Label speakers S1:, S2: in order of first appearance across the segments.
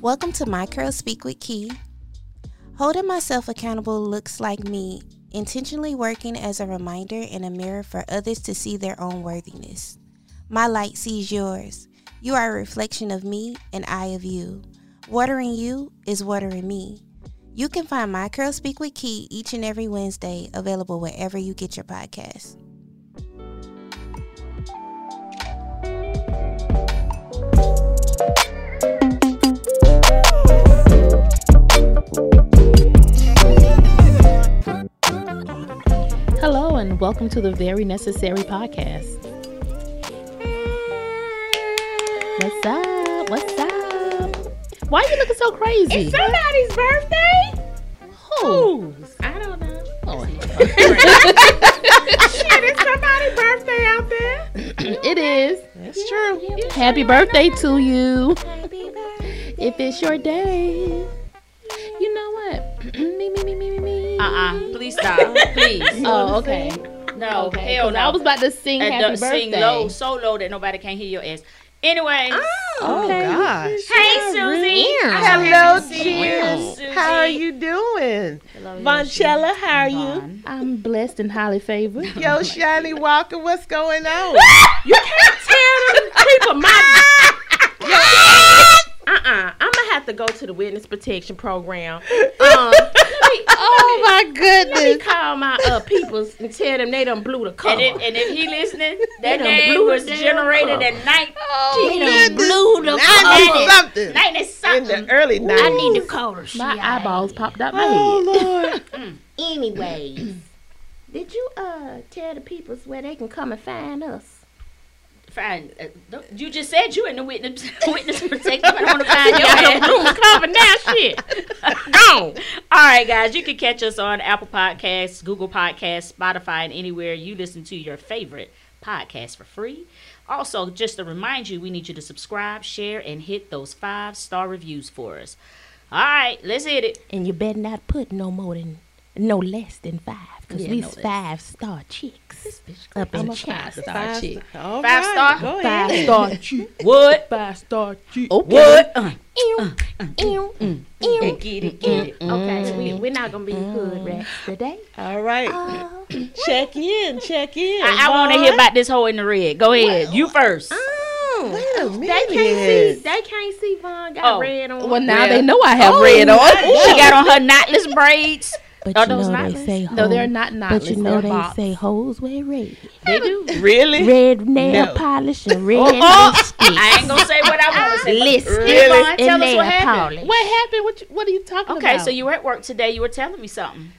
S1: Welcome to My Curl Speak with Key. Holding myself accountable looks like me intentionally working as a reminder and a mirror for others to see their own worthiness. My light sees yours. You are a reflection of me and I of you. Watering you is watering me. You can find My Curl Speak with Key each and every Wednesday, available wherever you get your podcasts.
S2: Hello, and welcome to the Very Necessary Podcast. What's up? What's up? Why are you looking so crazy? Oh,
S3: It's somebody's birthday.
S2: Who?
S3: I don't know.
S2: Oh,
S3: Shit, it's somebody's birthday out there.
S2: it is.
S3: It's true.
S2: Happy birthday to you. If it's your day. You know what? me, me, me, me, me, me.
S3: Uh uh Please stop. Please.
S2: Oh, okay.
S3: No.
S2: Okay,
S3: Hell
S2: 'cause
S3: no.
S2: I was about to sing
S3: And
S2: happy
S3: don't sing
S2: birthday.
S3: low, so low that nobody can hear your ass. Anyway.
S4: Oh gosh.
S3: hey, Susie.
S4: Hello,
S3: Cheers,
S4: Cheers.
S3: Susie.
S4: How are you doing? Vonchella, how are you?
S2: I'm blessed and highly favored.
S4: Yo, Shiny Walker, what's going on?
S5: people my uh-uh i'm gonna have to go to the witness protection program um
S4: oh my
S5: let me
S4: goodness.
S5: call my uh peoples and tell them they done blew the cover
S3: And if, and if he listening,
S5: You
S3: that
S5: done
S3: name
S5: blew
S3: was
S5: the damn
S3: generated
S5: cover.
S3: at night.
S4: Oh,
S5: She done
S4: goodness.
S5: blew the
S4: I something.
S3: Night is
S4: In
S3: something.
S4: the early 90s.
S3: I need to call her.
S2: My eyeballs popped out my
S4: Oh,
S2: head.
S4: Lord.
S5: anyways did you uh tell the peoples where they can come and find us
S3: Fine. Uh, don't- You just said you in the witness witness protection. I want to find your ass.
S5: cover now shit
S3: Gone. All right, guys. You can catch us on Apple Podcasts, Google Podcasts, Spotify, and anywhere you listen to your favorite podcast for free. Also, just to remind you, we need you to subscribe, share, and hit those five star reviews for us. All right, let's hit it.
S2: And you better not put no more than, no less than five, because we's five star chicks. Up in five star chick.
S4: All
S3: Five
S4: right,
S3: star.
S4: Go
S2: Five
S4: ahead.
S2: star chick.
S3: What?
S2: Five star chick.
S3: What? Uh,
S5: Ew,
S3: uh,
S5: ew.
S3: get it, get it.
S5: okay we, we're not gonna be hood rats today
S4: All right.
S2: Uh,
S4: check in. Check in.
S3: I, I want to hear about this hole in the red. Go ahead. You first.
S4: Wait a
S5: They can't see.
S4: minute.
S5: They can't see. Von got
S3: Oh,
S5: red on. Oh.
S2: Well, now they know I have red on.
S3: She got on her knotless braids.
S2: But
S3: Are
S2: you
S3: those
S2: know
S3: knotless?
S2: they say
S5: no, they're
S2: hoes-
S5: not knotless.
S2: But you know
S5: they're
S2: they
S5: bops.
S2: say hoes wear red.
S3: They do.
S4: Really?
S2: Red nail
S4: No.
S2: polish and red lipstick.
S3: I ain't going to say what I want to say. but-
S2: Lipstick
S3: Yvonne, tell
S2: and
S3: us
S2: nail
S3: what happened.
S2: polish.
S5: What happened? What you, What are you talking
S3: Okay, so you were at work today. You were telling me something.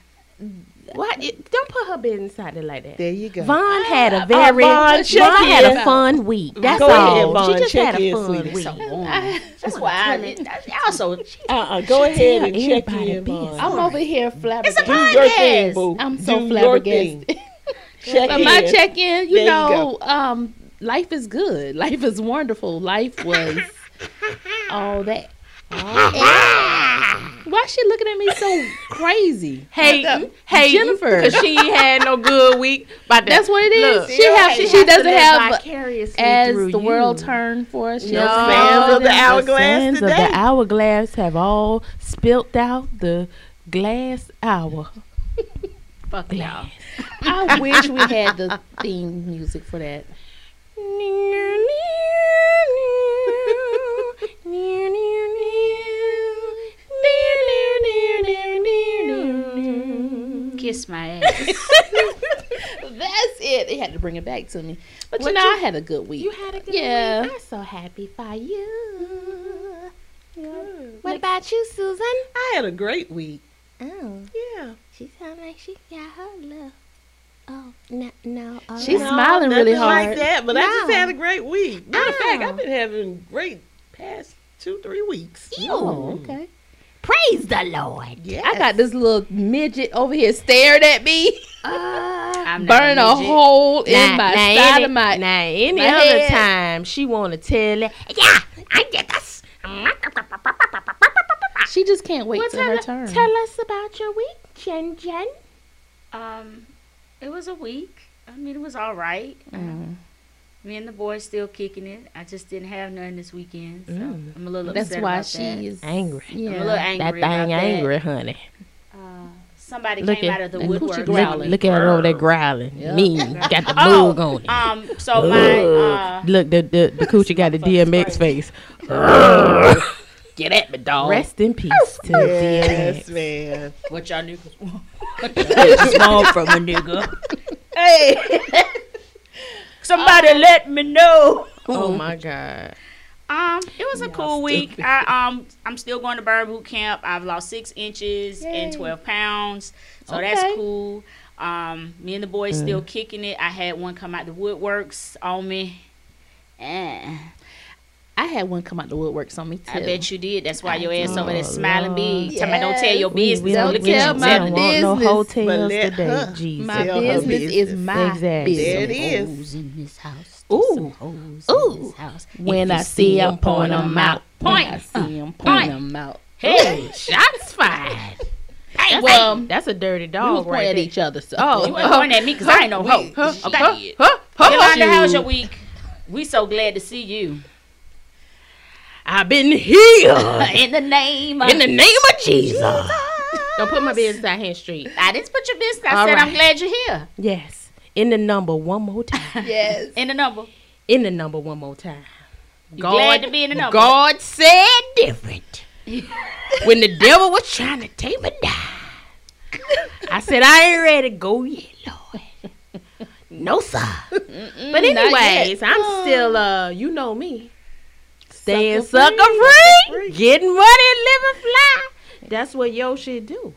S5: What? It, don't put her business out there like that.
S4: There you go.
S2: Vaughn had a very
S4: Vaughn,
S2: Vaughn,
S4: check
S2: had
S4: in.
S2: a fun week. That's
S4: Go ahead,
S2: all.
S4: Vaughn,
S2: she just
S4: check
S2: had a
S4: in,
S2: fun
S4: sweetie.
S2: week.
S3: So warm. That's why I, did- I also
S4: Uh-uh. Go ahead and check
S2: everybody
S4: in,
S2: business.
S4: Vaughn.
S5: I'm over here
S3: It's a
S5: flabbergasted.
S4: Do your thing,
S3: podcast.
S4: boo.
S2: I'm so
S4: Do your
S2: flabbergasted.
S4: thing. Check
S2: But
S4: in.
S2: my check in, you
S4: There you
S2: know, um, life is good. Life is wonderful. Life was all that. And- why she looking at me so crazy?
S5: Hey, hey,
S2: Jennifer.
S5: because she ain't had no good week. But
S2: That's what it is.
S5: Look,
S2: she have, she,
S5: has to
S2: doesn't
S5: live
S2: have
S5: vicariously
S2: as the
S5: through you.
S2: world turned for us. She
S5: No.
S2: has
S4: Sands of the
S2: the
S4: hourglass
S2: sands of
S4: today.
S2: the hourglass have all spilt out the glass hour.
S3: fuck y'all.
S2: I wish we had the theme music for that.
S3: Kiss my ass.
S2: That's it. They had to bring it back to me. But
S5: What
S2: you know,
S5: you-
S2: I had a good week.
S5: You had a good
S2: Yeah.
S5: week. I'm so happy for you. What about you, Susan?
S4: I had a great week.
S5: Oh,
S4: Yeah.
S5: she sounds like she got her love. Oh, no, no. all
S2: She's
S5: right.
S2: smiling really
S4: nothing
S2: hard.
S4: like that, but I just
S5: No.
S4: had a great week. Matter of fact,
S5: Oh.
S4: I've been having great past two, three weeks. Mm.
S2: Oh, okay.
S5: Praise the Lord.
S4: Yeah,
S2: I got this little midget over here staring at me,
S5: Uh,
S3: I'm not
S2: burning a
S3: midget.
S2: hole in my side
S5: any,
S2: of my.
S5: now any
S2: my
S5: other
S2: head.
S5: time she want to tell it. Yeah, I get this.
S2: She just can't wait
S5: Well,
S2: till her
S5: tell,
S2: turn.
S5: tell us about your week, Jen Jen.
S3: Um, it was a week. I mean, it was all right. Me and the boys still kicking it. I just didn't have none this weekend, so
S5: Mm.
S3: I'm a little
S2: That's
S3: upset
S2: why
S3: about
S2: she
S3: that.
S2: is.
S5: Angry.
S2: Yeah.
S3: I'm a little
S5: That
S3: angry
S5: thing
S3: about that.
S5: angry, honey.
S3: Uh, somebody
S5: Look
S3: came out
S5: at-
S3: of the
S2: and coochie
S3: woodwork
S5: Look,
S2: growling.
S3: growling.
S5: look at her over there growling.
S2: Yeah.
S5: Mean. Got the
S3: Oh,
S5: boog on it.
S3: um, so my uh,
S5: Look, the the, the coochie got the DMX face.
S3: get at me, dog.
S5: Rest in peace to
S4: Yes,
S5: DMX.
S4: man.
S3: What y'all niggas want?
S5: from a nigga.
S3: Hey, somebody let me know.
S5: Oh my god.
S3: Um, it was a cool week. I um, I'm still going to burn boot camp. I've lost six inches and twelve pounds, so that's cool. Um, me and the boys still kicking it. I had one come out the woodworks on me. Eh,
S2: I had one come out the woodworks on me too.
S3: I bet you did. That's why your ass over there
S5: Oh,
S3: smiling big.
S2: Lord.
S3: Tell me, don't tell your
S5: We,
S3: business.
S5: we don't,
S3: Look
S5: we
S3: at
S2: tell
S3: you.
S5: don't, we
S2: my
S5: don't want no
S2: business.
S5: hotels
S4: But let
S5: today,
S4: her-
S5: Jesus.
S2: my
S4: Tell her
S2: business is
S4: business.
S2: my
S5: Exactly.
S4: There
S2: business.
S4: it is.
S2: Ooh, ooh. When I see 'em, point 'em out. When
S3: Point.
S2: I see 'em, point 'em out.
S3: Hey,
S5: Shots fired.
S3: hey,
S2: Well,
S5: That's a dirty
S2: we
S5: dog
S2: was
S5: right
S2: pointing at
S5: there.
S2: each other. So.
S5: Oh.
S3: you ain't pointing at me because I ain't no hoe.
S5: Huh,
S3: Shit.
S5: huh, huh, huh,
S3: Yolanda, how was your
S5: shoot.
S3: week? We so glad to see you.
S5: I've been healed
S3: In the name of
S5: in the name of Jesus. Don't put my business out here in the street.
S3: I didn't put your business. I
S5: All
S3: said
S5: right.
S3: I'm glad you're here.
S5: Yes. In the number one more time.
S2: Yes.
S3: In the number.
S5: In the number one more time.
S3: You glad to be in the number.
S5: God said different. when the devil was trying to take me down, I said, I ain't ready to go yet, Lord. No, sir. but anyways,
S2: Oh.
S5: I'm still, uh, you know me. Staying sucker, free, getting money, living fly. That's what yo should do.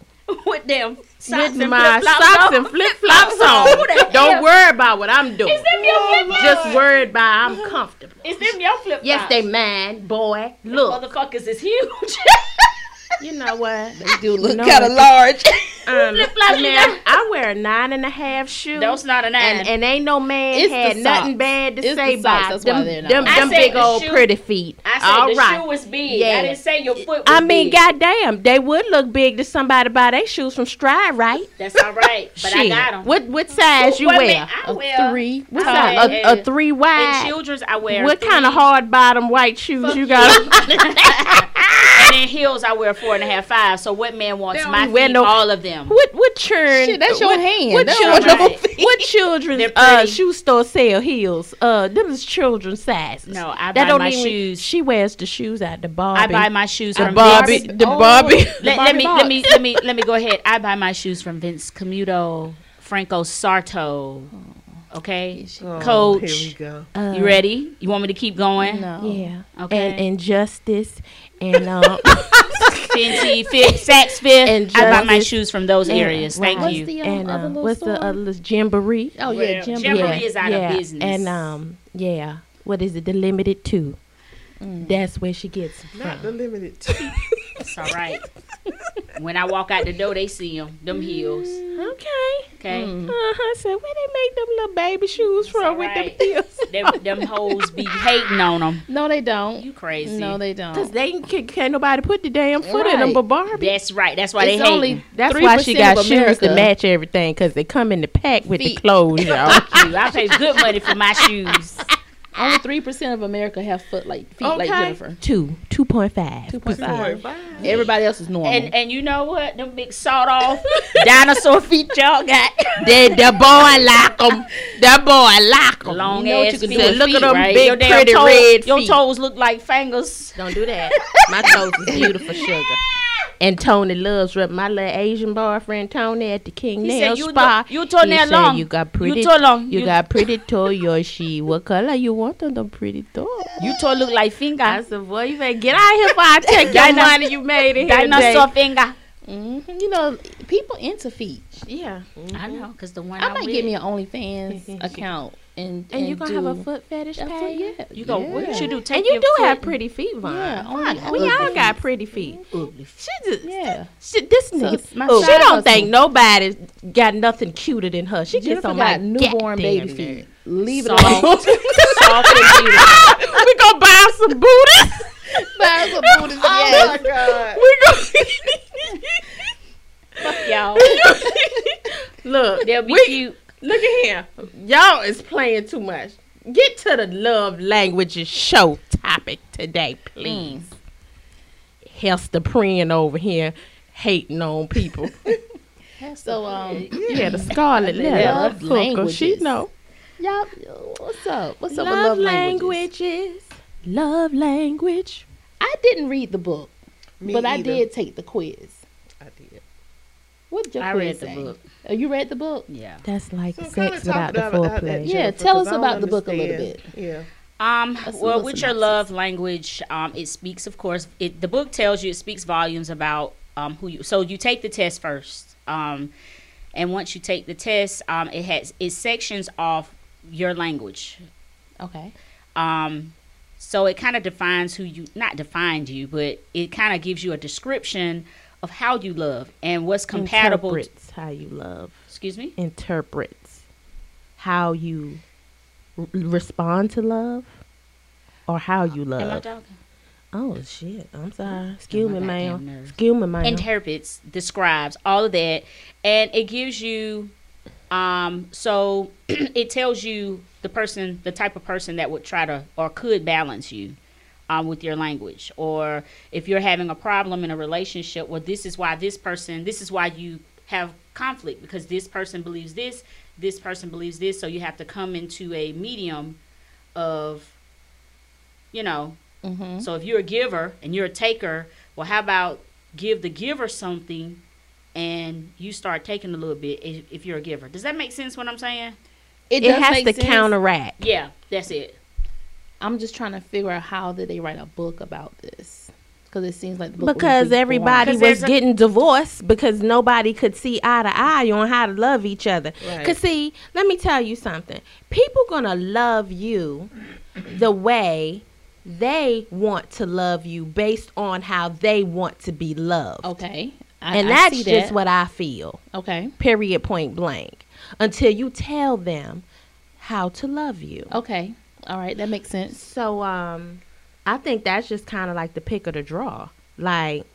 S3: with them socks
S5: With
S3: and
S5: my
S3: flip-flops
S5: socks
S3: on.
S5: and flip flops on. Don't worry about what I'm doing. Just worried about I'm comfortable.
S3: Is them your flip flops?
S5: Yes, they mine, boy. Look,
S3: Motherfuckers is huge.
S5: you know what?
S2: They do look
S5: know
S2: kind
S5: what
S2: of
S5: the-
S2: large.
S5: Um,
S3: Flip-flops, you
S5: ma'am,
S3: know.
S5: I wear a nine and a half shoe.
S3: Those not a nine.
S5: and, and ain't no man
S2: It's the
S5: had nothing
S2: socks.
S5: bad to
S2: It's
S5: say
S2: the socks,
S5: about
S2: that's why
S5: them,
S2: they're not
S5: them, them,
S2: mine.
S3: I said
S5: big
S3: the
S5: old
S3: shoe-
S5: pretty feet.
S3: I said
S5: All
S3: the
S5: right.
S3: shoe was big.
S5: Yeah.
S3: I didn't say your foot was
S5: I mean,
S3: big.
S5: goddamn, they would look big to somebody buy their shoes from Stride, right?
S3: That's all right. But I
S5: Shit.
S3: got them.
S5: What what size you
S3: Wait a
S5: wear?
S3: minute, I wear
S2: Three.
S5: What
S3: I
S5: size?
S3: wear
S5: A,
S3: a-
S5: a three
S3: in
S5: wide.
S3: children's I wear
S5: What
S3: three,
S5: kind of hard bottom white shoes you got?
S3: and in heels I wear four and a half five. So what man wants
S5: don't
S3: my
S5: wear
S3: feet?
S5: no-
S3: all of them.
S5: What what churn?
S2: Shit, that's your
S5: what,
S2: hand.
S5: What,
S2: That
S5: children,
S3: don't
S5: what,
S3: look
S5: children's
S3: They're
S5: uh,
S3: pretty.
S5: shoe store sell heels? Uh, them is children's sizes.
S3: No, I
S5: that
S3: buy
S5: don't
S3: my
S5: even,
S3: shoes.
S5: She wears the shoes at the Barbie.
S3: I buy my shoes
S5: the
S3: from
S5: Barbie.
S3: Vince.
S5: The Barbie.
S3: Let, let me let me let me let me go ahead. I buy my shoes from Vince Camuto, Franco Sarto. Okay,
S4: Oh,
S3: Coach.
S4: Here we go.
S3: you ready? You want me to keep going?
S2: No.
S5: Yeah.
S3: Okay.
S5: Uh, And Oh, and justice and um
S3: Fenty, Fifth, Saks Fifth.
S5: And
S3: I buy my
S5: Justice.
S3: shoes from those
S5: And-
S3: areas. Thank
S5: What's
S3: you.
S2: the um,
S5: and
S2: other
S5: uh,
S2: little
S5: what's
S2: store?
S5: the other jamboree?
S2: Oh yeah,
S3: Well,
S2: Jim.
S3: Jamboree
S5: yeah,
S3: is out of
S5: yeah.
S3: business.
S5: And um yeah, what is it? The limited two.
S3: Mm.
S5: That's where she gets it
S2: Uh-huh.
S4: Not
S5: from.
S4: the limited.
S3: It's all right. when I walk out the door, they see them. Them heels.
S5: Okay.
S3: Okay.
S5: Uh-huh. So where they make them little baby shoes from with
S3: alright.
S5: them heels?
S3: Them, them hoes be hating on them.
S2: No, they don't.
S3: You crazy.
S2: No, they
S5: Cause
S2: don't.
S5: they can, can't nobody put the damn foot in them
S2: Right.
S5: but Barbie.
S3: That's right. That's why
S2: It's
S3: they hate.
S2: only
S5: That's why she
S2: 3%
S5: got
S2: of
S5: shoes to
S2: America.
S5: match everything, cause they come in the pack with the
S2: Feet.
S5: clothes, y'all.
S3: you. I pay good money for my shoes.
S2: Only three percent of America have foot like feet like
S5: Okay.
S2: Jennifer.
S5: Two, two point five.
S2: Two point five.
S4: Boy, bye.
S2: Everybody else is normal.
S3: And and you know what? Them big sawed off dinosaur feet y'all got.
S5: Did the boy like 'em? The boy like 'em.
S3: Long
S2: You know what
S3: ass
S2: you can
S3: feet.
S2: do with
S5: Look at
S3: feet,
S5: them
S3: right?
S5: big,
S3: your damn
S5: pretty
S3: toe-
S5: red
S3: Your
S5: feet.
S3: toes look like fingers.
S5: Don't do that. My toes is beautiful, sugar. And Tony loves rub my little Asian boyfriend Tony at the King
S3: He
S5: Nail
S3: said, "You
S5: Spa.
S3: do- you toenail
S5: He said,
S3: long.
S5: You got
S3: You
S5: pretty.
S3: toe long.
S5: You,
S3: You-
S5: got pretty toe, Yoshi. What color you want on the pretty toe?
S3: You toe look like finger.
S5: I said, boy, you better get out here before I take your
S3: Dino-
S5: money you made in here today.
S3: Dinosaur finger.
S2: Mhm. You know, people into feet.
S5: Yeah.
S3: I know, cause the one
S2: I might
S3: with,
S2: give me an OnlyFans account, and
S5: And, you gonna
S2: do
S5: have a foot fetish
S2: a
S5: page?
S2: foot, yeah.
S3: You go. What you do? Take
S5: And you
S3: your
S5: do
S3: foot
S5: have
S3: and-
S5: pretty feet, Vaughn.
S2: Yeah,
S5: Vaughn,
S2: only-
S5: we
S2: ugly
S5: all
S2: feet.
S5: got pretty feet. She just,
S2: Yeah.
S5: she, this nigga,
S2: my
S5: she
S2: side
S5: don't think
S2: hustle.
S5: nobody got nothing cuter than her. She gets
S2: Jennifer
S5: on my
S2: got newborn baby
S5: goddamn
S2: feet. Leave it
S3: Soft.
S2: alone.
S3: Soft and beautiful.
S5: nerve. we gonna buy some booties.
S2: Thighs are booted, yes.
S4: Oh my God.
S5: We gonna
S3: Fuck y'all.
S5: look.
S3: They'll be
S5: we,
S3: cute.
S5: Look at him. Y'all is playing too much. Get to the love languages show topic today, please. Mm. Hester praying over here, hating on people.
S2: So um,
S5: yeah, the scarlet letter.
S2: Love
S5: Fuck 'em, She
S2: languages.
S5: know.
S2: y'all, what's up? What's up with love
S5: love
S2: language?
S5: languages. Love language.
S2: I didn't read the book,
S4: Me
S2: but I
S4: either.
S2: did take the quiz.
S4: I did.
S2: What your
S3: I
S2: quiz
S3: read the
S2: say?
S3: book.
S2: Oh, you read the book?
S3: Yeah.
S5: That's like
S4: So kinda
S5: sex
S4: talk
S5: without the
S4: about it out
S5: foreplay.
S4: at
S2: Yeah,
S4: Jennifer,
S2: tell us
S4: 'cause I don't
S2: about the book a little
S4: understand. Yeah.
S3: Um,
S2: That's a
S3: well,
S2: little
S3: with your
S2: synopsis.
S3: love language, um, it speaks, of course. It the book tells you it speaks volumes about um, who you. So you take the test first, um, and once you take the test, um, it has it sections off your language.
S2: Okay.
S3: Um, so it kind of defines who you not defined you, but it kind of gives you a description of how you love and what's compatible.
S5: Interprets how you love.
S3: Excuse me.
S5: Interprets how you r- respond to love, or how you
S3: Am I
S5: love.
S3: talking?
S5: Oh shit! I'm sorry. Excuse
S3: my
S5: me,
S3: goddamn
S5: ma'am.
S3: nerves.
S5: Excuse me, ma'am.
S3: interprets, describes all of that, and it gives you. Um, so it tells you the person, the type of person that would try to or could balance you um, with your language, or if you're having a problem in a relationship, well, this is why this person, this is why you have conflict because this person believes this, this person believes this, so you have to come into a medium of, you know,
S2: Mm-hmm.
S3: so if you're a giver and you're a taker, well, how about give the giver something, and you start taking a little bit if, if you're a giver. Does that make sense? What I'm saying?
S5: it has to counteract.
S3: Yeah, that's it.
S2: I'm just trying to figure out how did they write a book about this because it seems like the book was
S5: Because
S2: really
S5: everybody
S3: Because
S5: was
S3: there's a-
S5: getting divorced because nobody could see eye to eye on how to love each other.
S4: Right.
S5: Cause see, let me tell you something. People gonna love you the way they want to love you based on how they want to be loved.
S2: boring. okay, I,
S5: And
S2: I
S5: that's
S2: see
S5: just
S2: that.
S5: what I feel.
S2: Okay,
S5: Period point blank. Until you tell them how to love you.
S2: okay, all right, that makes sense.
S5: So um I think that's just kind of like the pick of the draw. Like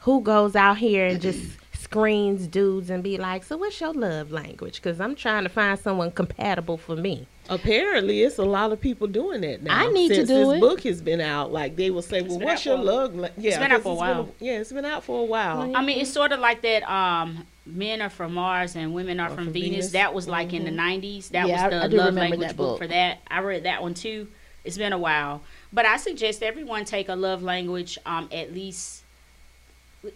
S5: who goes out here and just screens dudes and be like, "So what's your love language?" cuz I'm trying to find someone compatible for me.
S4: Apparently, it's a lot of people doing that now.
S2: I need to
S4: Since
S2: do
S4: this
S2: it.
S4: book has been out. Like they will say, "Well,
S3: been out
S4: what's your
S3: for a-
S4: love?" Like, yeah,
S3: been out
S4: 'cause
S3: for a while.
S4: yeah, it's been out for a while.
S3: I mean, it's sort of like that. Um, men are from Mars and women are from,
S4: from
S3: Venus.
S4: Venus.
S3: That was like in the '90s. That
S2: Mm-hmm. Yeah, I-
S3: was
S2: I
S3: the
S2: do
S3: love
S2: remember
S3: language
S2: that
S3: book.
S2: book.
S3: for that. I read that one too. It's been a while, but I suggest everyone take a love language um, at least.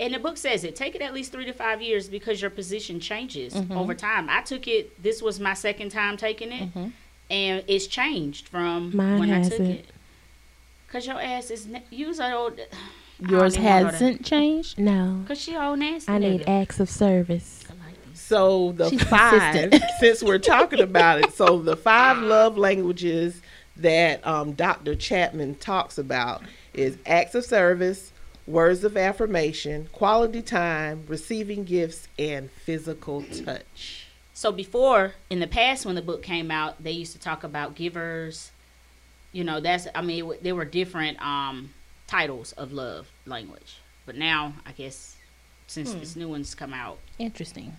S3: And the book says it. Take it at least three to five years because your position changes
S2: Mm-hmm.
S3: over time. I took it. This was my second time taking it,
S2: Mm-hmm.
S3: and it's changed from
S5: Mine
S3: when I took
S5: hasn't.
S3: it. Cause your ass is na- you's an old.
S2: Yours hasn't changed.
S5: No.
S3: Cause she old nasty.
S5: I need
S3: nigga.
S5: acts of service.
S4: So the
S2: She's
S4: five,
S2: consistent.
S4: since we're talking about it, so the five love languages that um, Dr. Chapman talks about is acts of service, words of affirmation, quality time, receiving gifts, and physical touch.
S3: So before, in the past, when the book came out, they used to talk about givers. You know, that's I mean, it, there were different um, titles of love language, but now I guess since this new one's come out,
S2: Interesting.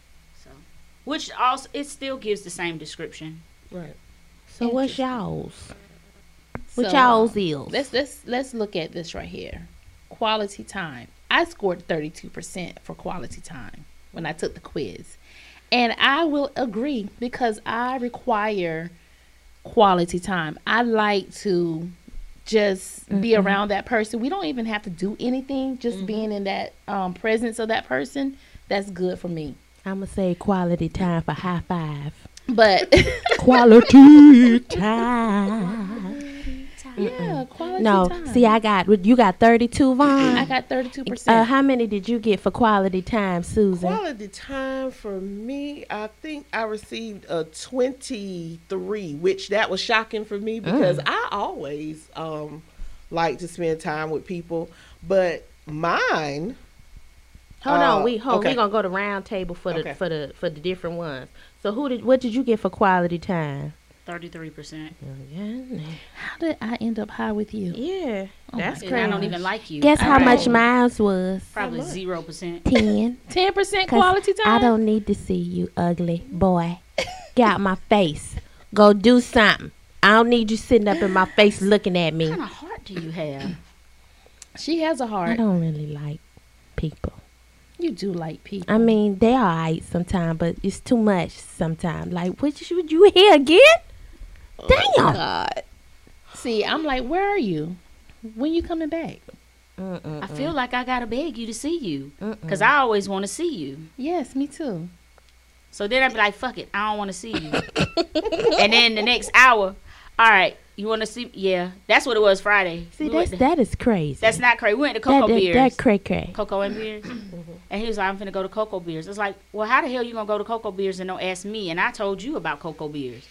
S3: so which also it still gives the same description.
S4: Right.
S5: So what's y'all's? What
S2: So,
S5: y'all's
S2: um,
S5: is?
S2: Let's let's let's look at this right here. Quality time. I scored thirty two percent for quality time when I took the quiz, and I will agree because I require quality time. I like to just be
S5: Mm-hmm.
S2: around that person. We don't even have to do anything. Just being in that um, presence of that person, that's good for me.
S5: I'm gonna say quality time for high five.
S2: But
S5: Quality time.
S2: yeah, quality
S5: No,
S2: time.
S5: see, I got you got 32
S2: I
S5: Vaughn.
S2: got thirty two
S5: Uh,
S2: percent.
S5: how many did you get for quality time, Susan?
S4: Quality time for me, I think I received a 23, which that was shocking for me because I always um, like to spend time with people, but mine
S5: Hold
S4: Uh,
S5: on, we hold.
S4: okay.
S5: We gonna go to round table for the
S4: Okay.
S5: for the for the different ones. So who did what did you get for quality time?
S3: Thirty-three percent.
S2: How did I end up high with you? Oh
S5: Yeah, that's
S3: And I don't
S5: crazy.
S3: even like you.
S5: Guess how
S2: Alright.
S5: much miles was?
S3: Probably zero percent.
S5: Ten.
S2: Ten percent
S5: 'Cause
S2: quality time.
S5: I don't need to see you, ugly boy. Get out my face. Go do something. I don't need you sitting up in my face looking at me.
S3: kind of heart do you have?
S2: She has a
S5: I
S2: heart.
S5: don't really like people.
S2: You do like people.
S5: I mean, they are alright sometimes, but it's too much sometimes. Like, what you, you here again?
S4: Oh,
S5: Damn.
S6: God.
S2: See, I'm like, where are you? When you coming back?
S5: Mm-mm.
S3: I feel like I gotta beg you to see you, cause I always want to see you.
S2: Yes, me too.
S3: So then I'd be like, fuck it, I don't want to see you. and then the next hour, all right, you want to see? Yeah, that's what it was Friday.
S5: See,
S3: We
S5: that's
S3: went to-
S5: that is crazy.
S3: that's not crazy. We went to Cocoa
S5: that, that,
S3: Beers.
S5: that cray cray.
S3: Cocoa and Beers. and he was like, I'm finna go to Cocoa Beers. It's like, well, how the hell you gonna go to Cocoa Beers and don't ask me? And I told you about Cocoa Beers.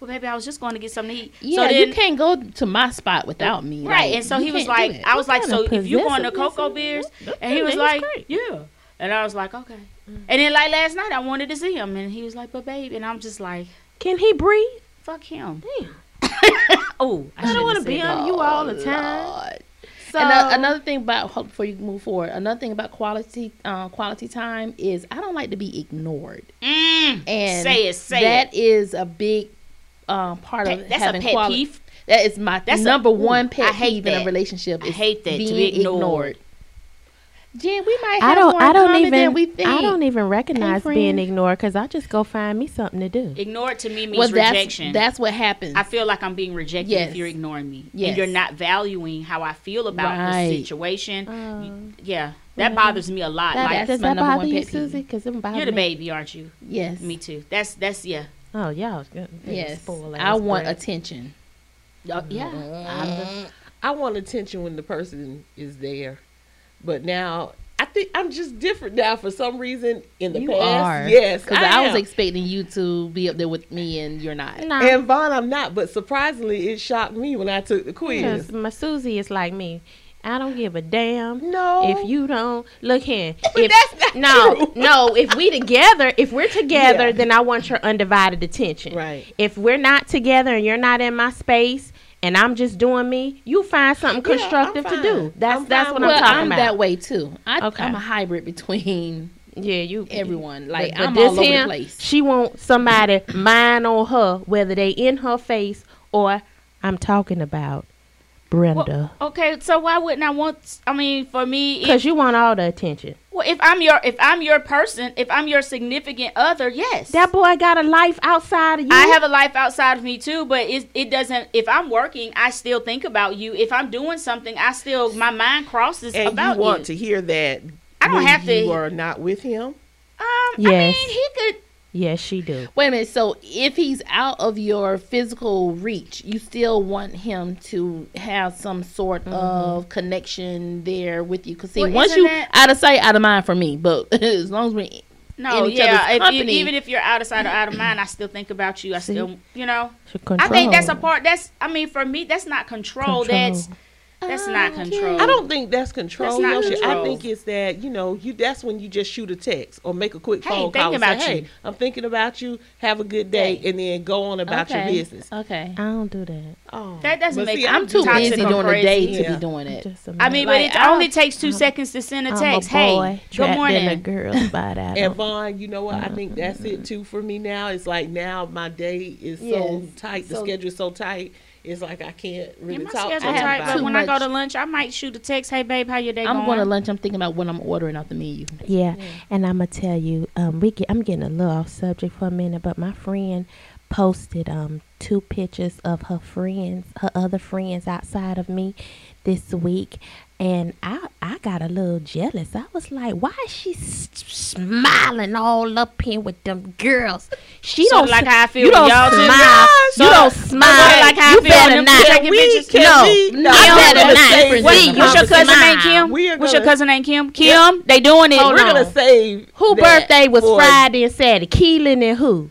S3: Well, baby, I was just going to get something to eat.
S2: Yeah,
S3: so
S2: you
S3: then,
S2: can't go to my spot without me.
S3: right.
S2: Like,
S3: And so
S2: you
S3: he was
S2: can't do
S3: like,
S2: that.
S3: I was like,
S5: kind
S3: so
S5: of
S3: if you going to
S5: possessiveness
S3: Cocoa
S5: is-
S3: Beers?
S5: that-
S3: And he
S5: that
S3: was
S5: is
S3: like,
S5: great. Mm.
S3: yeah. And I was like, okay. And then like last night, I wanted to see him, and he was like, but babe, and I'm just like,
S5: Can he breathe?
S3: fuck him.
S5: Damn.
S3: Oh, I,
S5: I
S3: shouldn't
S5: don't want to
S3: have
S5: be
S3: said that.
S5: on you all the time. So
S2: And a- another thing about hold- before you move forward, another thing about quality uh, quality time is I don't like to be ignored,
S3: Mm,
S2: and
S3: say it, say it.
S2: that is a big um, part
S3: That-
S2: of
S3: that's
S2: having
S3: a pet
S2: quali-
S3: peeve.
S2: That is my
S3: That's a-
S2: number
S3: ooh,
S2: one
S3: I
S2: pet
S3: hate
S2: peeve in
S3: that.
S2: a relationship.
S3: I
S2: is
S3: hate that, to
S2: being
S3: be ignored.
S2: Jen, we might have
S5: I don't.
S2: more
S5: I don't
S2: common
S5: even.
S2: than we think.
S5: I don't even recognize being
S2: friend.
S5: ignored because I just go find me something to do.
S3: Ignored to me means
S2: Well, that's
S3: rejection.
S2: that's what happens.
S3: I feel like I'm being rejected if
S2: Yes.
S3: you're ignoring me. And
S2: Yes.
S3: you're not valuing how I feel about
S2: Right.
S3: the situation.
S5: Oh.
S3: Yeah, Uh, that bothers me a lot.
S5: That-
S3: like,
S5: does
S2: my
S5: that
S2: number
S5: bother
S2: one
S5: you,
S2: pet peeve.
S5: Susie? Because it bothers
S3: you're the
S5: me.
S3: baby, aren't you?
S2: yes,
S3: Me too. That's, that's, yeah.
S5: Oh, y'all.
S2: yes. I want attention. Mm-hmm.
S3: Uh, yeah.
S4: I'm the, I want attention when the person is there, but now I think I'm just different now for some reason. In the
S2: You
S4: past,
S2: are.
S4: yes,
S2: Because I, was
S4: am.
S2: expecting you to be up there with me, and you're not.
S5: No.
S4: and Vaughn, I'm not, but surprisingly, it shocked me when I took the quiz.
S5: Because my Susie is like me. I don't give a damn.
S4: No,
S5: If you don't look here,
S4: But
S5: if,
S4: Oh. that's not
S5: no,
S4: true.
S5: no. If we together, if we're together,
S4: Yeah.
S5: then I want your undivided attention.
S4: Right.
S5: If we're not together and you're not in my space, and I'm just doing me, you find something
S4: Yeah, I'm
S5: constructive to do.
S4: fine.
S5: That's
S4: I'm
S5: that's
S4: fine
S5: what
S4: with
S5: I'm
S2: Well,
S5: talking
S2: I'm
S5: about.
S2: that way too. I,
S5: Okay.
S2: I'm a hybrid between
S5: Yeah, you
S2: everyone. Like
S5: but
S2: I'm
S5: this
S2: all over
S5: here,
S2: the place.
S5: She want somebody mind on her, whether they in her face or I'm talking about Brenda,
S3: Okay, so why wouldn't I want? I mean, for me, if,
S5: because you want all the attention.
S3: well, if I'm your, if I'm your person, if I'm your significant other, yes,
S5: That boy got a life outside of you.
S3: I have a life outside of me too, but it it doesn't. If I'm working, I still think about you. If I'm doing something, I still my mind crosses
S4: and
S3: about
S4: you want
S3: you.
S4: to hear that.
S3: I don't
S4: when
S3: have to-
S4: You are not with him.
S3: Um,
S5: Yes.
S3: I mean, he could.
S5: Yes, she do.
S2: Wait a minute. So if he's out of your physical reach, you still want him to have some sort of connection there with you. Because see,
S3: Well,
S2: once
S3: isn't
S2: you
S3: that-
S2: out of sight, out of mind for me. But as long as we,
S3: No,
S2: in each
S3: yeah.
S2: other's
S3: If,
S2: company.
S3: even if you're out of sight or out of mind, I still think about you. I
S5: See?
S3: still, you know.
S5: She control.
S3: I think that's a part. That's. I mean, for me, that's not control.
S5: Control.
S3: That's that's not control.
S4: I don't think that's control.
S3: Mm. That's not
S4: Yosha. I
S3: control.
S4: think it's that you know you. That's when you just shoot a text or make a quick
S3: Hey,
S4: phone
S3: thinking
S4: call. and
S3: about
S4: say,
S3: you.
S4: Hey, I'm thinking about you. Have a good day,
S3: Hey.
S4: and then go on about
S2: Okay.
S4: your business.
S2: okay,
S5: I don't do that.
S4: Oh,
S3: That doesn't
S4: But
S3: make-
S4: see,
S3: I'm
S2: I'm too
S3: Toxic
S2: busy
S3: or
S2: during the
S3: crazy.
S2: day to
S4: Yeah.
S2: be doing it.
S5: Just a
S3: I mean,
S2: Like,
S3: but it only
S2: I'm-
S3: takes 2 seconds to send a
S5: I'm
S3: text.
S5: a boy
S3: hey, good
S5: trapped in a
S3: morning.
S5: girl spot. I
S4: And
S5: don't-
S4: Vaughn, you know what? I think that's it too for me now. It's like now my day is so
S2: Yes.
S4: tight, the
S2: So-
S4: schedule's so tight. It's like I can't
S3: Yeah,
S4: really
S3: my
S4: talk to
S3: schedule's
S2: have
S3: tight,
S4: anybody.
S3: but
S2: too
S3: when I
S2: much-
S3: go to lunch, I might shoot a text. Hey, babe, how your day
S2: I'm going
S3: going?
S2: to lunch. I'm thinking about what I'm ordering off the menu.
S5: Yeah, and I'm gonna tell you, um, we get. I'm getting a little off subject for a minute, but my friend posted um two pictures of her friends, her other friends outside of me, this week, and I I got a little jealous. I was like, why is she s- smiling all up here with them girls? She
S3: Sort
S5: don't
S3: of like
S5: s-
S3: how I feel
S5: You
S3: when
S5: don't
S3: y'all do
S5: smile.
S3: that.
S5: you
S3: Sort
S5: don't
S3: of- sort
S5: smile.
S3: of like how I
S5: you
S3: feel when
S5: better
S3: them
S5: not.
S3: taking
S4: We
S3: bitches.
S4: can
S5: No.
S4: we-
S5: No, you better
S4: let's
S5: not.
S4: save
S5: Difference
S3: What,
S4: this
S5: in
S3: what's your cousin
S5: Smile.
S3: name Kim?
S4: We are
S3: What's your
S4: gonna-
S3: cousin name Kim? Kim? They doing it.
S4: We're gonna save
S5: Who
S4: that
S5: birthday was
S4: for
S5: Friday and Saturday? Keelan and who?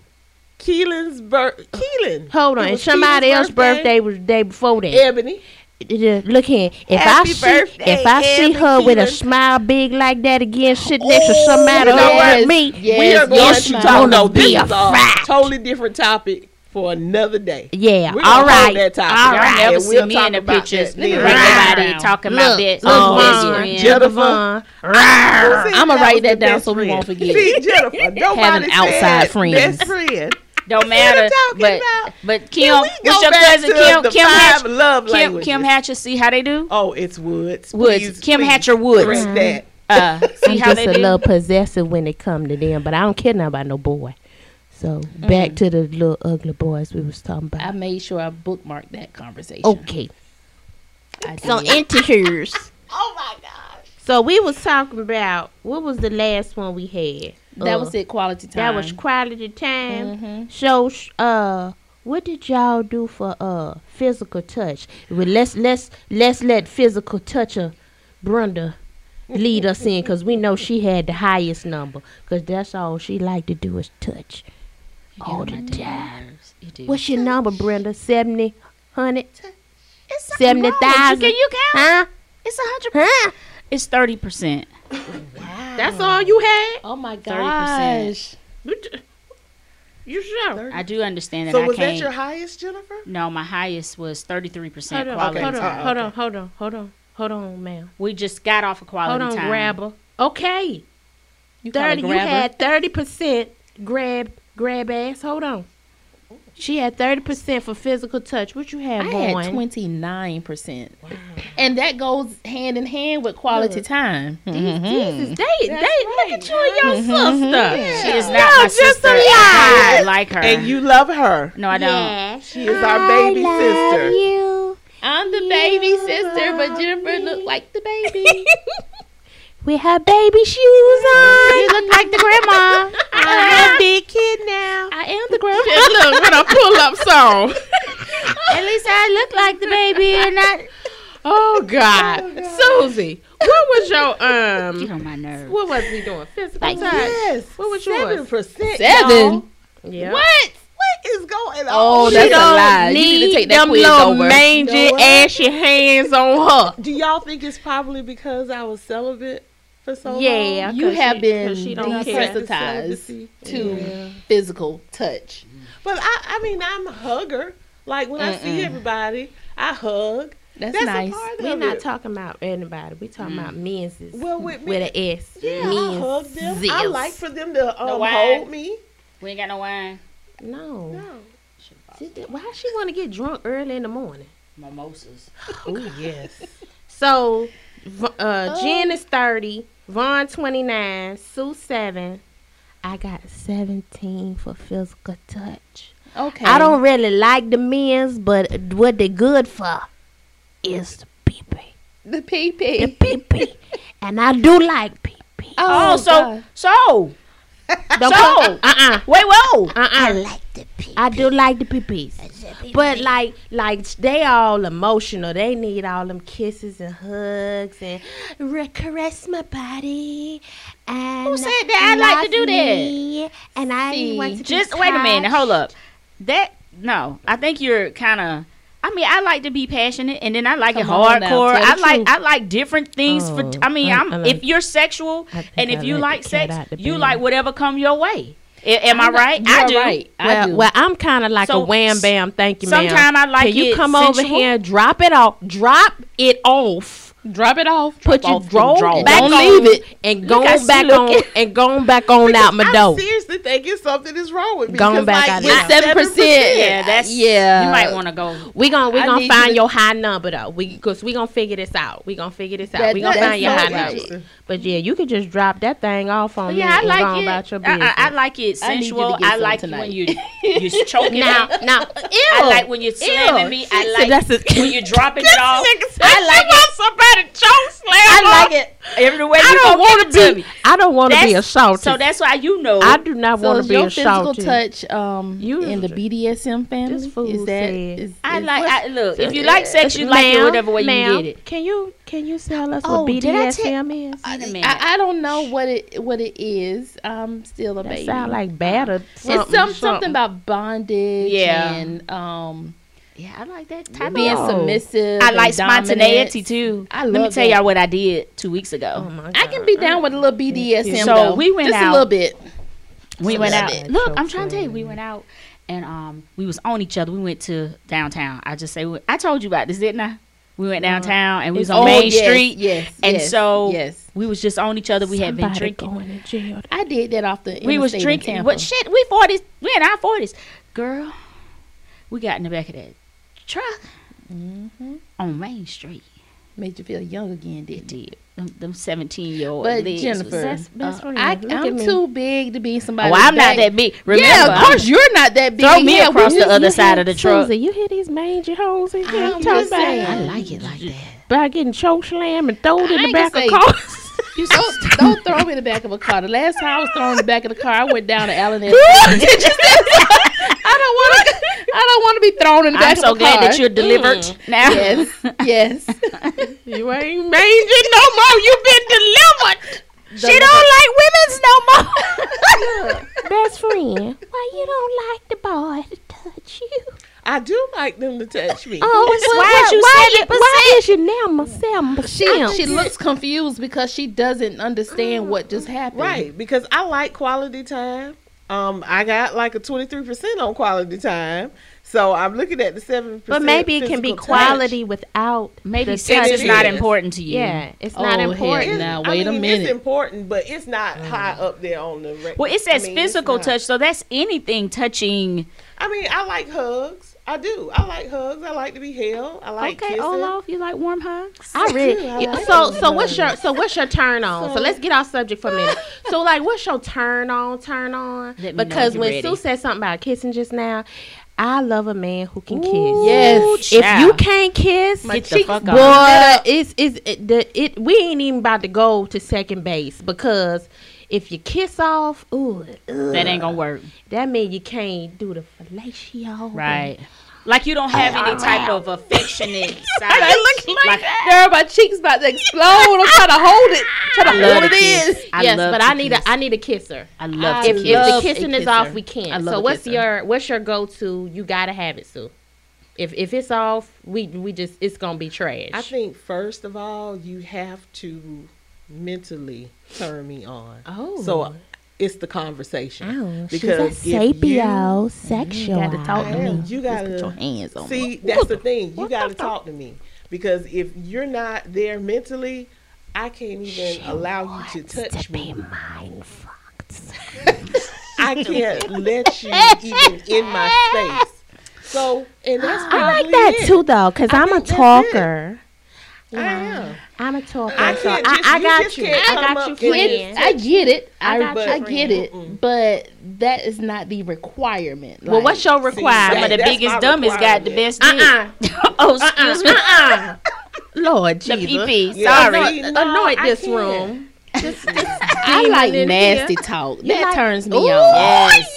S4: Keelan's birth.
S5: Oh.
S4: Keelan.
S5: Hold on.
S4: It
S5: And
S4: was
S5: somebody
S4: Keelan's
S5: else's birthday. was the day before that.
S4: Ebony.
S5: Uh, Look here. If
S4: Happy
S5: I see
S4: birthday,
S5: if I see
S4: Ebony
S5: her with a
S4: Keelan.
S5: smile big like that again, sitting next to somebody
S4: you know
S5: over
S4: what?
S5: me,
S4: we are going
S5: yes,
S4: to
S5: you
S4: talk. No,
S5: wanna
S4: this uh,
S5: be
S4: is
S5: a
S4: a
S5: frat.
S4: totally different topic for another day.
S5: yeah.
S4: We're
S5: All
S4: gonna hold
S5: right.
S4: that topic.
S5: All
S3: Y'all
S5: right.
S4: And
S3: never see
S4: we'll
S3: me
S4: talk
S3: in the
S4: about
S3: pictures.
S4: that then.
S3: Look, everybody
S5: Right.
S3: talking about
S5: Look,
S3: that.
S5: look,
S3: Oh, best
S5: Vaughn,
S3: friend.
S4: Jennifer.
S5: Devon,
S4: Who said
S2: I'ma
S4: that
S2: write
S4: was
S2: that
S4: the
S2: down
S4: best
S2: so we won't
S4: friend?
S2: forget
S4: See, Jennifer, nobody
S5: outside
S4: said
S5: friends.
S4: Best friend.
S3: Don't matter.
S4: talking
S3: But
S4: about?
S3: but Kim,
S4: we
S3: what's
S4: go
S3: your
S4: back
S3: cousin
S4: to
S3: Kim?
S4: the
S3: Kim
S4: five
S3: Hatcher.
S4: love
S3: Kim,
S4: languages.
S3: Kim Hatcher. See how they do.
S4: Oh, it's Woods.
S3: Woods.
S4: Please,
S3: Kim
S4: please
S3: Hatcher Woods.
S4: correct
S2: Mm-hmm.
S4: that.
S3: Uh, see
S5: I'm
S3: how
S5: just
S3: they
S5: a
S3: do.
S5: little possessive when it come to them, but I don't care nothing about no boy. So
S4: Mm.
S5: back to the little ugly boys we was talking
S2: I
S5: about.
S2: made sure I bookmarked that conversation.
S5: Okay,
S2: I did.
S5: so interiors. oh my gosh. So we was talking about what was the last one we had?
S2: that
S5: Uh,
S2: was it. Quality time.
S5: That was quality time.
S2: Mhm.
S5: So sh So uh, what did y'all do for uh physical touch? Well, let's let's let's let physical toucher Brenda lead us in because we know she had the highest number because that's all she like to do is touch all the time.
S3: You do.
S5: What's your number, Brenda? Seventy, hundred,
S3: It's something
S5: seventy
S3: wrong with
S5: thousand.
S3: You can you count?
S5: Huh?
S3: It's a hundred.
S5: Huh?
S3: It's thirty percent.
S5: That's all you had.
S2: Oh my
S3: 30%.
S2: gosh.
S5: You sure?
S3: I do understand that.
S4: So
S3: I
S4: was
S3: can't,
S4: that your highest, Jennifer?
S3: No, my highest was thirty three percent
S5: Hold on,
S3: quality
S5: hold on,
S3: time.
S5: hold on, hold on, hold on, hold on, ma'am.
S3: We just got off of quality
S5: Hold on,
S3: time.
S5: grabber. Okay.
S2: You call it
S5: thirty. You
S2: grabber?
S5: had thirty percent grab grab ass. Hold on. She had thirty percent for physical touch. What you had,
S2: I
S5: boy?
S2: had twenty nine percent, and that goes hand in hand with quality time.
S5: These-
S2: Mhm.
S5: these is- they, they look at you and your sister.
S3: She is not
S5: Y'all
S3: my
S5: just
S3: sister.
S5: alive.
S3: I don't like her.
S4: And you love her.
S3: No, I don't.
S4: She is our baby sister.
S5: You.
S2: I'm the baby sister, but Jennifer look like the baby.
S5: With her baby shoes on.
S3: You look like the grandma.
S5: I'm a big kid now.
S2: I am the grandma.
S5: look, when I pull up song. At least I look like the baby and not. Oh God, Susie, what was your
S3: Get
S5: um?
S3: on my nerve.
S5: What was we doing? Physical touch.
S4: Yes.
S5: What was
S4: Seven
S5: yours?
S4: percent.
S2: Seven.
S5: Yeah.
S2: What?
S4: What is going on?
S2: Oh, that's a lie. You need to take that quiz over.
S5: mangy,
S4: You know what?
S5: ashy hands on her.
S4: Do y'all think it's probably because I was celibate for so long?
S5: Yeah,
S2: You
S5: 'cause
S2: have
S5: she-
S2: been
S5: 'cause she don't care.
S4: practice
S2: desensitized
S4: celibacy.
S2: to physical touch.
S4: But I, I mean, I'm a hugger. Like when I see everybody, I hug.
S2: That's,
S4: That's
S2: nice.
S4: a part
S5: We're
S4: of
S5: not
S4: it.
S5: talking about anybody. We talking about men's
S4: Mm. well, with me,
S5: with an S.
S4: yeah, I hug them. I
S5: Yes.
S4: like for them to um,
S3: why?
S4: hold me.
S3: We ain't got no wine.
S5: No.
S4: No.
S5: She did- Why she want to get drunk early in the morning?
S3: Mimosas.
S4: Oh yes.
S5: So, V- uh,
S4: Oh.
S5: Jen is 30, Vaughn 29, Sue 7. I got 17 for physical touch.
S2: Okay.
S5: I don't really like the men's, but what they good for is the pee pee.
S2: the pee pee.
S5: The pee pee. and I do like pee pee.
S3: Oh, so so
S5: Don't
S3: so-
S5: come- uh-uh.
S3: wait, whoa.
S5: Uh-uh. I like the pee. I do like the pee But like like they all emotional. They need all them kisses and hugs and re- caress my body. And
S3: Who said that? I like to
S5: love
S3: do that.
S5: me, And I want to be
S3: Just wait a minute.
S5: touched.
S3: Hold up. That no. I think you're kind of. I mean, I like to be passionate, and then I like
S2: Come
S3: it
S2: on now,
S3: hardcore.
S2: tell the
S3: I like
S2: truth.
S3: I like different things. for
S5: Oh,
S3: I mean,
S5: I-
S3: I, am
S5: I like-
S3: if you're sexual
S5: I think
S3: and
S5: I
S3: if you
S5: let
S3: like
S5: the cat
S3: sex,
S5: out the
S3: you
S5: bag.
S3: like whatever come your way. A- am I right?
S2: You're
S3: I do.
S2: Right. I
S5: Uh, Well,
S2: do.
S5: well, I'm kind of like
S3: So,
S5: a wham bam. Thank you, ma'am.
S3: sometime I like
S5: Can you
S3: it
S5: come over
S3: sensual.
S5: here? Drop it off. Drop it off.
S2: drop it off.
S5: Put your
S3: off the drawer.
S5: draw back
S2: Don't
S5: on
S2: leave it.
S5: and
S3: Look,
S5: go
S3: I see-
S5: back
S3: look
S5: on
S3: at-
S5: and go back on out my
S4: I'm
S5: door.
S4: seriously thinking something is wrong with me.
S5: Gone
S4: 'cause,
S5: back
S4: like,
S5: out of
S4: with
S5: town.
S2: Seven percent.
S3: Yeah, that's
S2: yeah.
S3: You might want to go.
S5: We gonna we
S2: I need
S5: gonna
S2: you
S5: find
S2: to-
S5: your high number though. We cause we gonna figure this out. We gonna figure this out.
S2: That-
S5: we gonna
S2: that's
S5: find your
S2: so
S5: high
S2: interesting.
S5: number. But yeah, you can just drop that thing off on me
S3: Yeah, I
S5: and go
S3: like
S5: on
S3: it.
S5: about your
S3: I,
S5: business.
S3: I, I like it
S2: I need you to
S3: sensual.
S2: get
S3: I,
S2: some
S3: like
S2: tonight.
S3: when you you choke it
S5: now,
S3: out.
S5: now, ew,
S3: I like when you're slamming me. I
S5: She said
S3: like
S5: that's a-
S3: when you're dropping it off.
S5: I like it. Somebody choke slam. I like it.
S3: Every way
S5: I
S3: you
S5: don't
S3: go,
S5: want to
S3: me.
S5: be. I don't want to be
S3: That's-
S5: assaulted.
S3: So that's why you know.
S5: I do not
S2: So
S5: want
S2: is
S5: to be
S2: your physical
S5: assaulted.
S2: touch um
S5: You-
S2: in the BDSM family?
S5: This fool
S2: is that
S5: said-
S2: is-
S3: I
S2: is-
S3: like I, look. If you like sex, you like it
S5: Ma'am,
S3: whatever way you
S5: ma'am,
S3: did it.
S5: Can you can you tell us
S2: Oh,
S5: what
S2: did I tell-
S5: BDSM is?
S3: Wait a minute.
S2: I, I don't know what it what it is. I'm still a
S5: That
S2: baby.
S5: sound like bad or something.
S2: it's some, something about bondage
S3: Yeah.
S2: and um
S3: yeah, I like that type
S2: being
S3: of.
S2: submissive.
S3: I
S2: and
S3: like
S2: dominant.
S3: spontaneity too.
S2: I
S3: Let me
S2: love
S3: tell
S2: that.
S3: y'all what I did two weeks ago.
S5: Oh my
S2: I can be down with a little BDSM.
S3: Uh-huh. So
S2: though.
S3: we went
S2: just
S3: out.
S2: a little bit.
S3: we went out.
S2: love it.
S3: Look, I'm trying to tell you, we went out and um we was on each other. We went to downtown. I just say I told you about this, didn't I? We went downtown and we was on
S2: Oh,
S3: Main
S2: yes,
S3: Street.
S2: Yes.
S3: And
S2: yes,
S3: so
S2: yes,
S3: we was just on each other. We had been
S5: Somebody
S3: drinking.
S5: Going to jail.
S2: I did that off the.
S3: we was
S2: interstate in
S3: drinking.
S2: Tampa.
S3: What shit? We forties. We in our forties. girl, we got in the back of that truck
S2: Mm-hmm.
S3: on Main Street.
S2: Made you feel young again, didn't it?
S3: Did them, them seventeen year old
S2: But
S3: legs
S2: Jennifer,
S3: was-
S2: that's-
S5: Best friend.
S2: I,
S5: Look at
S2: I'm
S5: me.
S2: too big to be
S3: oh,
S2: somebody.
S3: I'm not that big. Remember,
S2: yeah, of course you're not that big.
S3: Throw me
S2: Yeah,
S3: across
S2: we-
S3: the other side of the truck.
S5: Susie, you hear these mangy hoes in here?
S2: I'm
S5: I'm
S2: just
S5: talking about,
S2: saying.
S3: I like it like that.
S5: about getting choke slam and thrown in
S2: I
S5: the
S2: ain't
S5: back
S2: gonna
S5: of
S2: say-
S5: cars.
S2: You don't, don't throw me in the back of a car. The last time I was thrown in the back of the car, I went down to Allen Avenue. I don't want to. I don't want to be thrown in the back
S3: I'm
S2: of
S3: so
S2: a
S3: glad
S2: car.
S3: that you're delivered now.
S2: Yes, yes.
S5: you ain't mangy no more. You been delivered.
S2: she don't.
S5: Best friend, why you don't like the boy to touch you?
S4: I do like them to touch me.
S5: Oh, it's why, you why, you- why is your name a seven
S2: She,
S5: percent?
S2: she looks confused because she doesn't understand what just happened.
S4: Right, because I like quality time. Um, I got like a twenty three percent on quality time, so I'm looking at the seven.
S5: but maybe it can be quality without.
S3: Maybe
S5: the
S3: sex
S5: touch.
S3: is not
S4: is.
S3: important to you.
S5: Yeah, it's
S2: Oh,
S5: not
S2: hell
S5: important.
S2: no. Now,
S4: I
S2: wait a
S4: mean,
S2: minute.
S4: It's important, but it's not high up there on the. Re-
S3: Well, it says
S4: I mean, it's
S3: physical
S4: not-
S3: touch, so that's anything touching.
S4: I mean, I like hugs. I do. I like hugs. I like to be held. I like
S5: Okay, oh,
S4: kissing.
S5: Olaf, you like warm hugs? I
S4: do, I
S5: really.
S4: like
S5: so,
S4: warm
S5: so what's your so what's your turn on? So, let's get off subject for a minute. so, like, what's your turn on? Turn on
S3: Let me know
S5: because
S3: if you're
S5: when
S3: ready.
S5: Sue said something about kissing just now, I love a man who can kiss.
S2: Yes.
S5: If you can't kiss,
S3: Get the fuck
S5: boy,
S3: off.
S5: it's it's it, the, it. We ain't even about to go to second base because if you kiss off, ooh, ugh,
S3: that ain't gonna work,
S5: that mean you can't do the fellatio.
S3: right? Like you don't have any type of affectionate side. Like,
S2: Girl, my cheeks about to explode. I'm trying to hold it. Trying to
S3: love
S2: hold it
S3: to
S2: in.
S3: kiss. I
S5: yes,
S3: love
S5: but
S3: to
S5: I need
S3: kiss.
S5: a I need a kisser.
S3: I love
S5: if,
S3: to
S5: if
S3: kiss.
S5: the
S2: love a
S5: kissing is
S2: kisser.
S5: off, we
S2: I
S5: can't.
S2: love
S5: So
S2: a
S5: what's
S2: kisser.
S5: your what's your go to? You gotta have it, Sue. If if it's off, we we just it's gonna be trash.
S4: I think first of all, you have to mentally turn me on.
S5: oh,
S4: So it's the conversation.
S5: oh, she's
S4: because
S5: a
S4: if you-
S5: sapiosexual.
S2: Got to talk to
S4: Yeah,
S2: me.
S4: you gotta
S2: Put your hands on me.
S4: See, that's the thing. You got to talk to me because if you're not there mentally, I can't even allow you to touch me. I can't let you even in my space. So, and that's probably
S5: I like that
S4: it.
S5: too though, cause
S4: I
S5: I'm a
S4: think that's it.
S5: talker.
S4: I am.
S5: I'm a talker.
S4: I
S5: so I,
S4: can't just-
S5: I
S4: you
S5: got
S4: just
S5: you.
S4: can't
S5: I
S4: come
S5: got you,
S4: up and
S5: friend.
S2: I get it. I,
S5: got
S2: I,
S5: you,
S2: get
S5: friend.
S2: it. But that is not the requirement.
S5: well,
S2: Like,
S5: what's your
S3: Some
S5: requirement?
S3: of the
S4: That's my
S3: biggest dummies got the best dick.
S5: Uh-uh.
S3: oh, excuse me.
S5: Lord
S3: The
S5: Jesus,
S2: E
S3: PP.
S4: Yeah,
S3: Sorry.
S4: see, no,
S5: anoint
S4: I
S5: this
S4: can't.
S5: room.
S2: I like
S5: in
S2: nasty talk. That
S5: like-
S2: turns me on.
S3: Yes.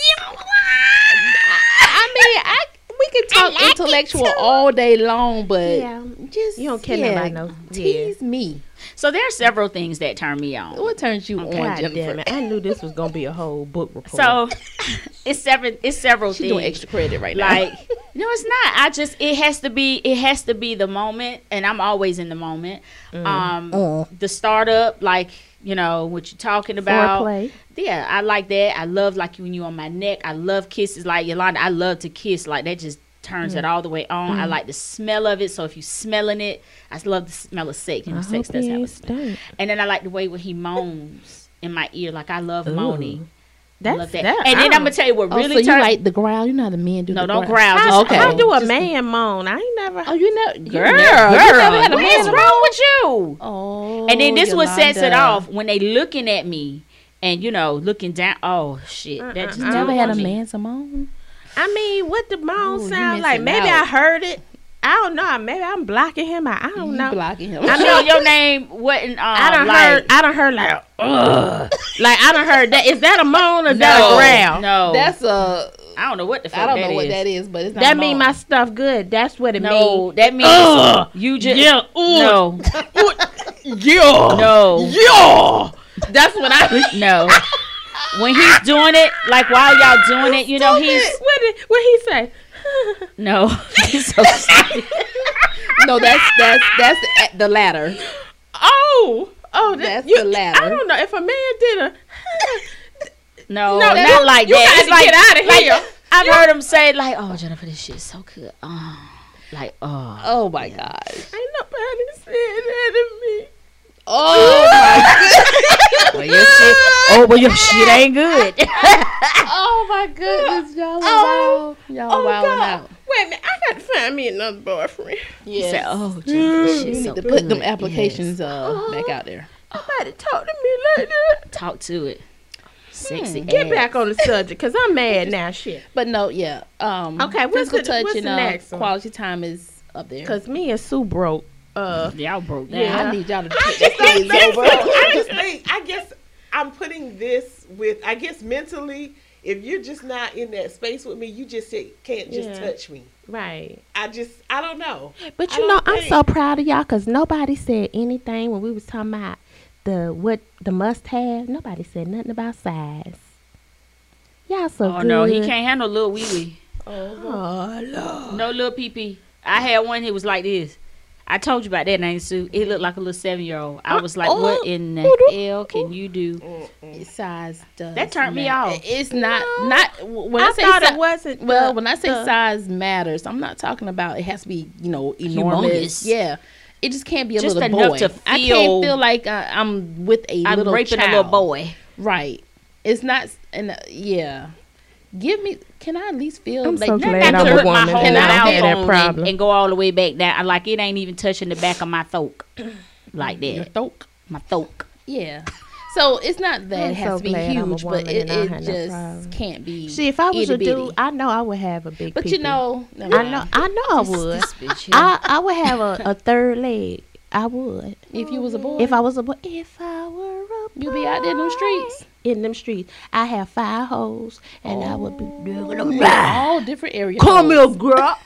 S2: I mean, I we can talk intellectual all day long, but
S5: Yeah,
S2: just
S5: you don't care
S2: yeah,
S5: nobody knows. Yeah.
S2: Tease me.
S3: So there are several things that turn me on.
S2: What turns you on,
S5: Oh, God
S2: Jennifer?
S5: damn it! I knew this was gonna be a whole book report.
S3: So it's seven. It's several
S2: She's
S3: things.
S2: doing extra credit right now.
S3: like no it's not i just it has to be it has to be the moment and i'm always in the moment
S2: Mm.
S3: um the startup like you know what you're talking about
S5: Foreplay.
S3: yeah i like that i love like when you on my neck i love kisses like yolanda i love to kiss like that just turns it all the way on i like the smell of it so if you smelling it i love the smell of sex and sex does have a smell
S5: stink.
S3: and then i like the way when he moans in my ear like i love moaning I
S5: That's
S3: love that.
S5: that.
S3: and then
S5: I
S3: i'm gonna tell you what
S2: oh,
S3: really
S2: so you
S3: turns
S2: like the growl? You know how the men do.
S3: no
S2: the
S3: don't
S2: growl.
S3: growl just
S5: don't-
S2: Okay.
S5: How do a
S2: Just-
S5: man moan? I ain't never.
S2: Oh, you know, girl.
S3: Girl,
S2: you never had a
S3: what is
S2: man-
S3: wrong with you?
S2: Oh,
S3: and then this what sets it
S2: Yolanda.
S3: off when they looking at me and you know looking down. Oh shit, that just
S5: Uh-uh.
S2: You ever
S3: never
S2: had a man Simone?
S5: I mean, what the moan
S2: Ooh, you
S5: sound like?
S2: missing
S5: Maybe
S2: out.
S5: I heard it. I don't know. Maybe I'm blocking him. out. I don't
S2: You
S5: know.
S2: blocking him.
S3: I know your name wasn't. Um,
S5: I don't
S3: like,
S5: heard. I don't heard like. Ugh. like I don't heard that. Is that a moan or is that a growl?
S3: No,
S2: That's a.
S3: I don't know what the fuck
S2: I don't
S3: that
S2: know what
S3: is.
S2: that is, but it's not
S5: That
S2: a
S5: mean
S2: moan.
S5: my stuff good. That's what it
S3: No,
S5: mean.
S3: that means
S5: Ugh.
S3: you just
S5: Yeah,
S3: no,
S5: Yeah.
S3: no,
S5: Yeah. That's what I.
S3: no. When he's doing it, like while y'all doing it, you know he's
S5: What did what he say?
S3: no. He's so stupid.
S2: No, that's that's that's the, the latter.
S5: Oh, oh,
S2: That's
S5: that, you,
S2: the latter.
S5: I don't know if a man did a.
S3: No,
S5: No,
S3: not
S5: you-
S3: like
S5: you
S3: that.
S5: got
S3: It's
S5: to
S3: like,
S5: get outta
S3: like,
S5: here.
S3: I've heard him say like, "Oh, Jennifer, this shit is so good." Oh, like, oh,
S2: Oh my gosh.
S5: Ain't nobody said that to me.
S2: Oh my,
S7: Well, your shit, oh, well, your shit ain't good.
S2: oh my goodness, y'all are wild. Y'all are wilding out.
S5: Wait a minute, I gotta find me another boyfriend.
S2: Yes.
S7: Say, oh, Jesus,
S2: you
S7: shit's
S2: need
S7: so
S2: to put
S7: good.
S2: them applications uh, back out there.
S5: Nobody talk to me like that.
S7: Yes. Talk to it. Sexy.
S5: Hmm, Get
S7: ass.
S5: back on the subject, cause I'm mad now, shit.
S2: But no, yeah. Um,
S5: Okay, what's
S2: physical
S5: the-
S2: touch
S5: what's
S2: and
S5: the
S2: uh,
S5: next one?
S2: quality time is up there.
S5: Cause me and Sue broke. Uh,
S7: Y'all broke down.
S2: yeah,
S5: yeah.
S2: I need y'all to
S4: I
S2: take
S4: just
S2: that
S4: think
S2: quiz over.
S4: I just think I guess I'm putting this with I guess mentally if you're just not in that space with me, you just say, can't just
S5: Yeah.
S4: touch me.
S5: right.
S4: I just I don't know.
S5: But
S4: I
S5: you know,
S4: don't
S5: I'm
S4: think-
S5: so proud of y'all because nobody said anything when we was talking about the what the must have. Nobody said nothing about size. Y'all so
S3: Oh
S5: good.
S3: no, he can't handle little wee wee.
S5: Oh Lord.
S3: No little pee pee. I had one. He was like this. I told you about that name, Sue. It looked like a little seven year old. I was like,
S5: oh,
S3: what in the
S5: oh, oh,
S3: hell can you do?
S2: size does
S3: That turned me
S2: matter.
S3: off.
S2: It's not not when I,
S5: I
S2: say
S5: thought
S2: si-
S5: it wasn't.
S2: well
S5: the-
S2: when I say
S5: the-
S2: size matters, I'm not talking about it has to be you know enormous.
S3: Humongous.
S2: Yeah, it just can't be a
S3: Just
S2: little
S3: enough
S2: boy.
S3: to
S2: I
S3: feel-
S2: can't feel like I, I'm with a
S3: I'm
S2: little
S3: raping
S2: child.
S3: a little boy.
S2: Right. It's not and uh, yeah. Give me. Can I at least feel?
S5: I'm
S2: like,
S5: so
S2: not-
S5: glad
S2: not
S5: I'm
S2: to
S5: a
S2: hurt my
S5: woman
S2: whole
S5: and I don't
S2: mouth.
S5: have that
S3: and-
S5: problem.
S3: And, go all the way back down. I Like it ain't even touching the back of my throat like
S2: Your
S3: that.
S2: throat.
S3: My throat.
S2: Yeah. So it's not that
S5: I'm
S2: it has
S5: so
S2: to be
S5: glad I'm a
S2: huge,
S5: woman
S2: but it,
S5: and I
S2: it
S5: had no
S2: just
S5: problem.
S2: can't be.
S5: See, if I was a
S2: itty-bitty.
S5: dude, I know I would have a big.
S2: but you
S5: pee-pee.
S2: know, never
S5: I
S2: mind.
S5: know, I know, I would.
S3: This bitch here.
S5: I I would have a, a third leg. I would.
S2: If you was a boy,
S5: If I was a boy, if I were a boy,
S2: you be out there in them streets.
S5: in them streets, I have five holes, and I would be doing them.
S2: All different areas.
S5: Come here, girl.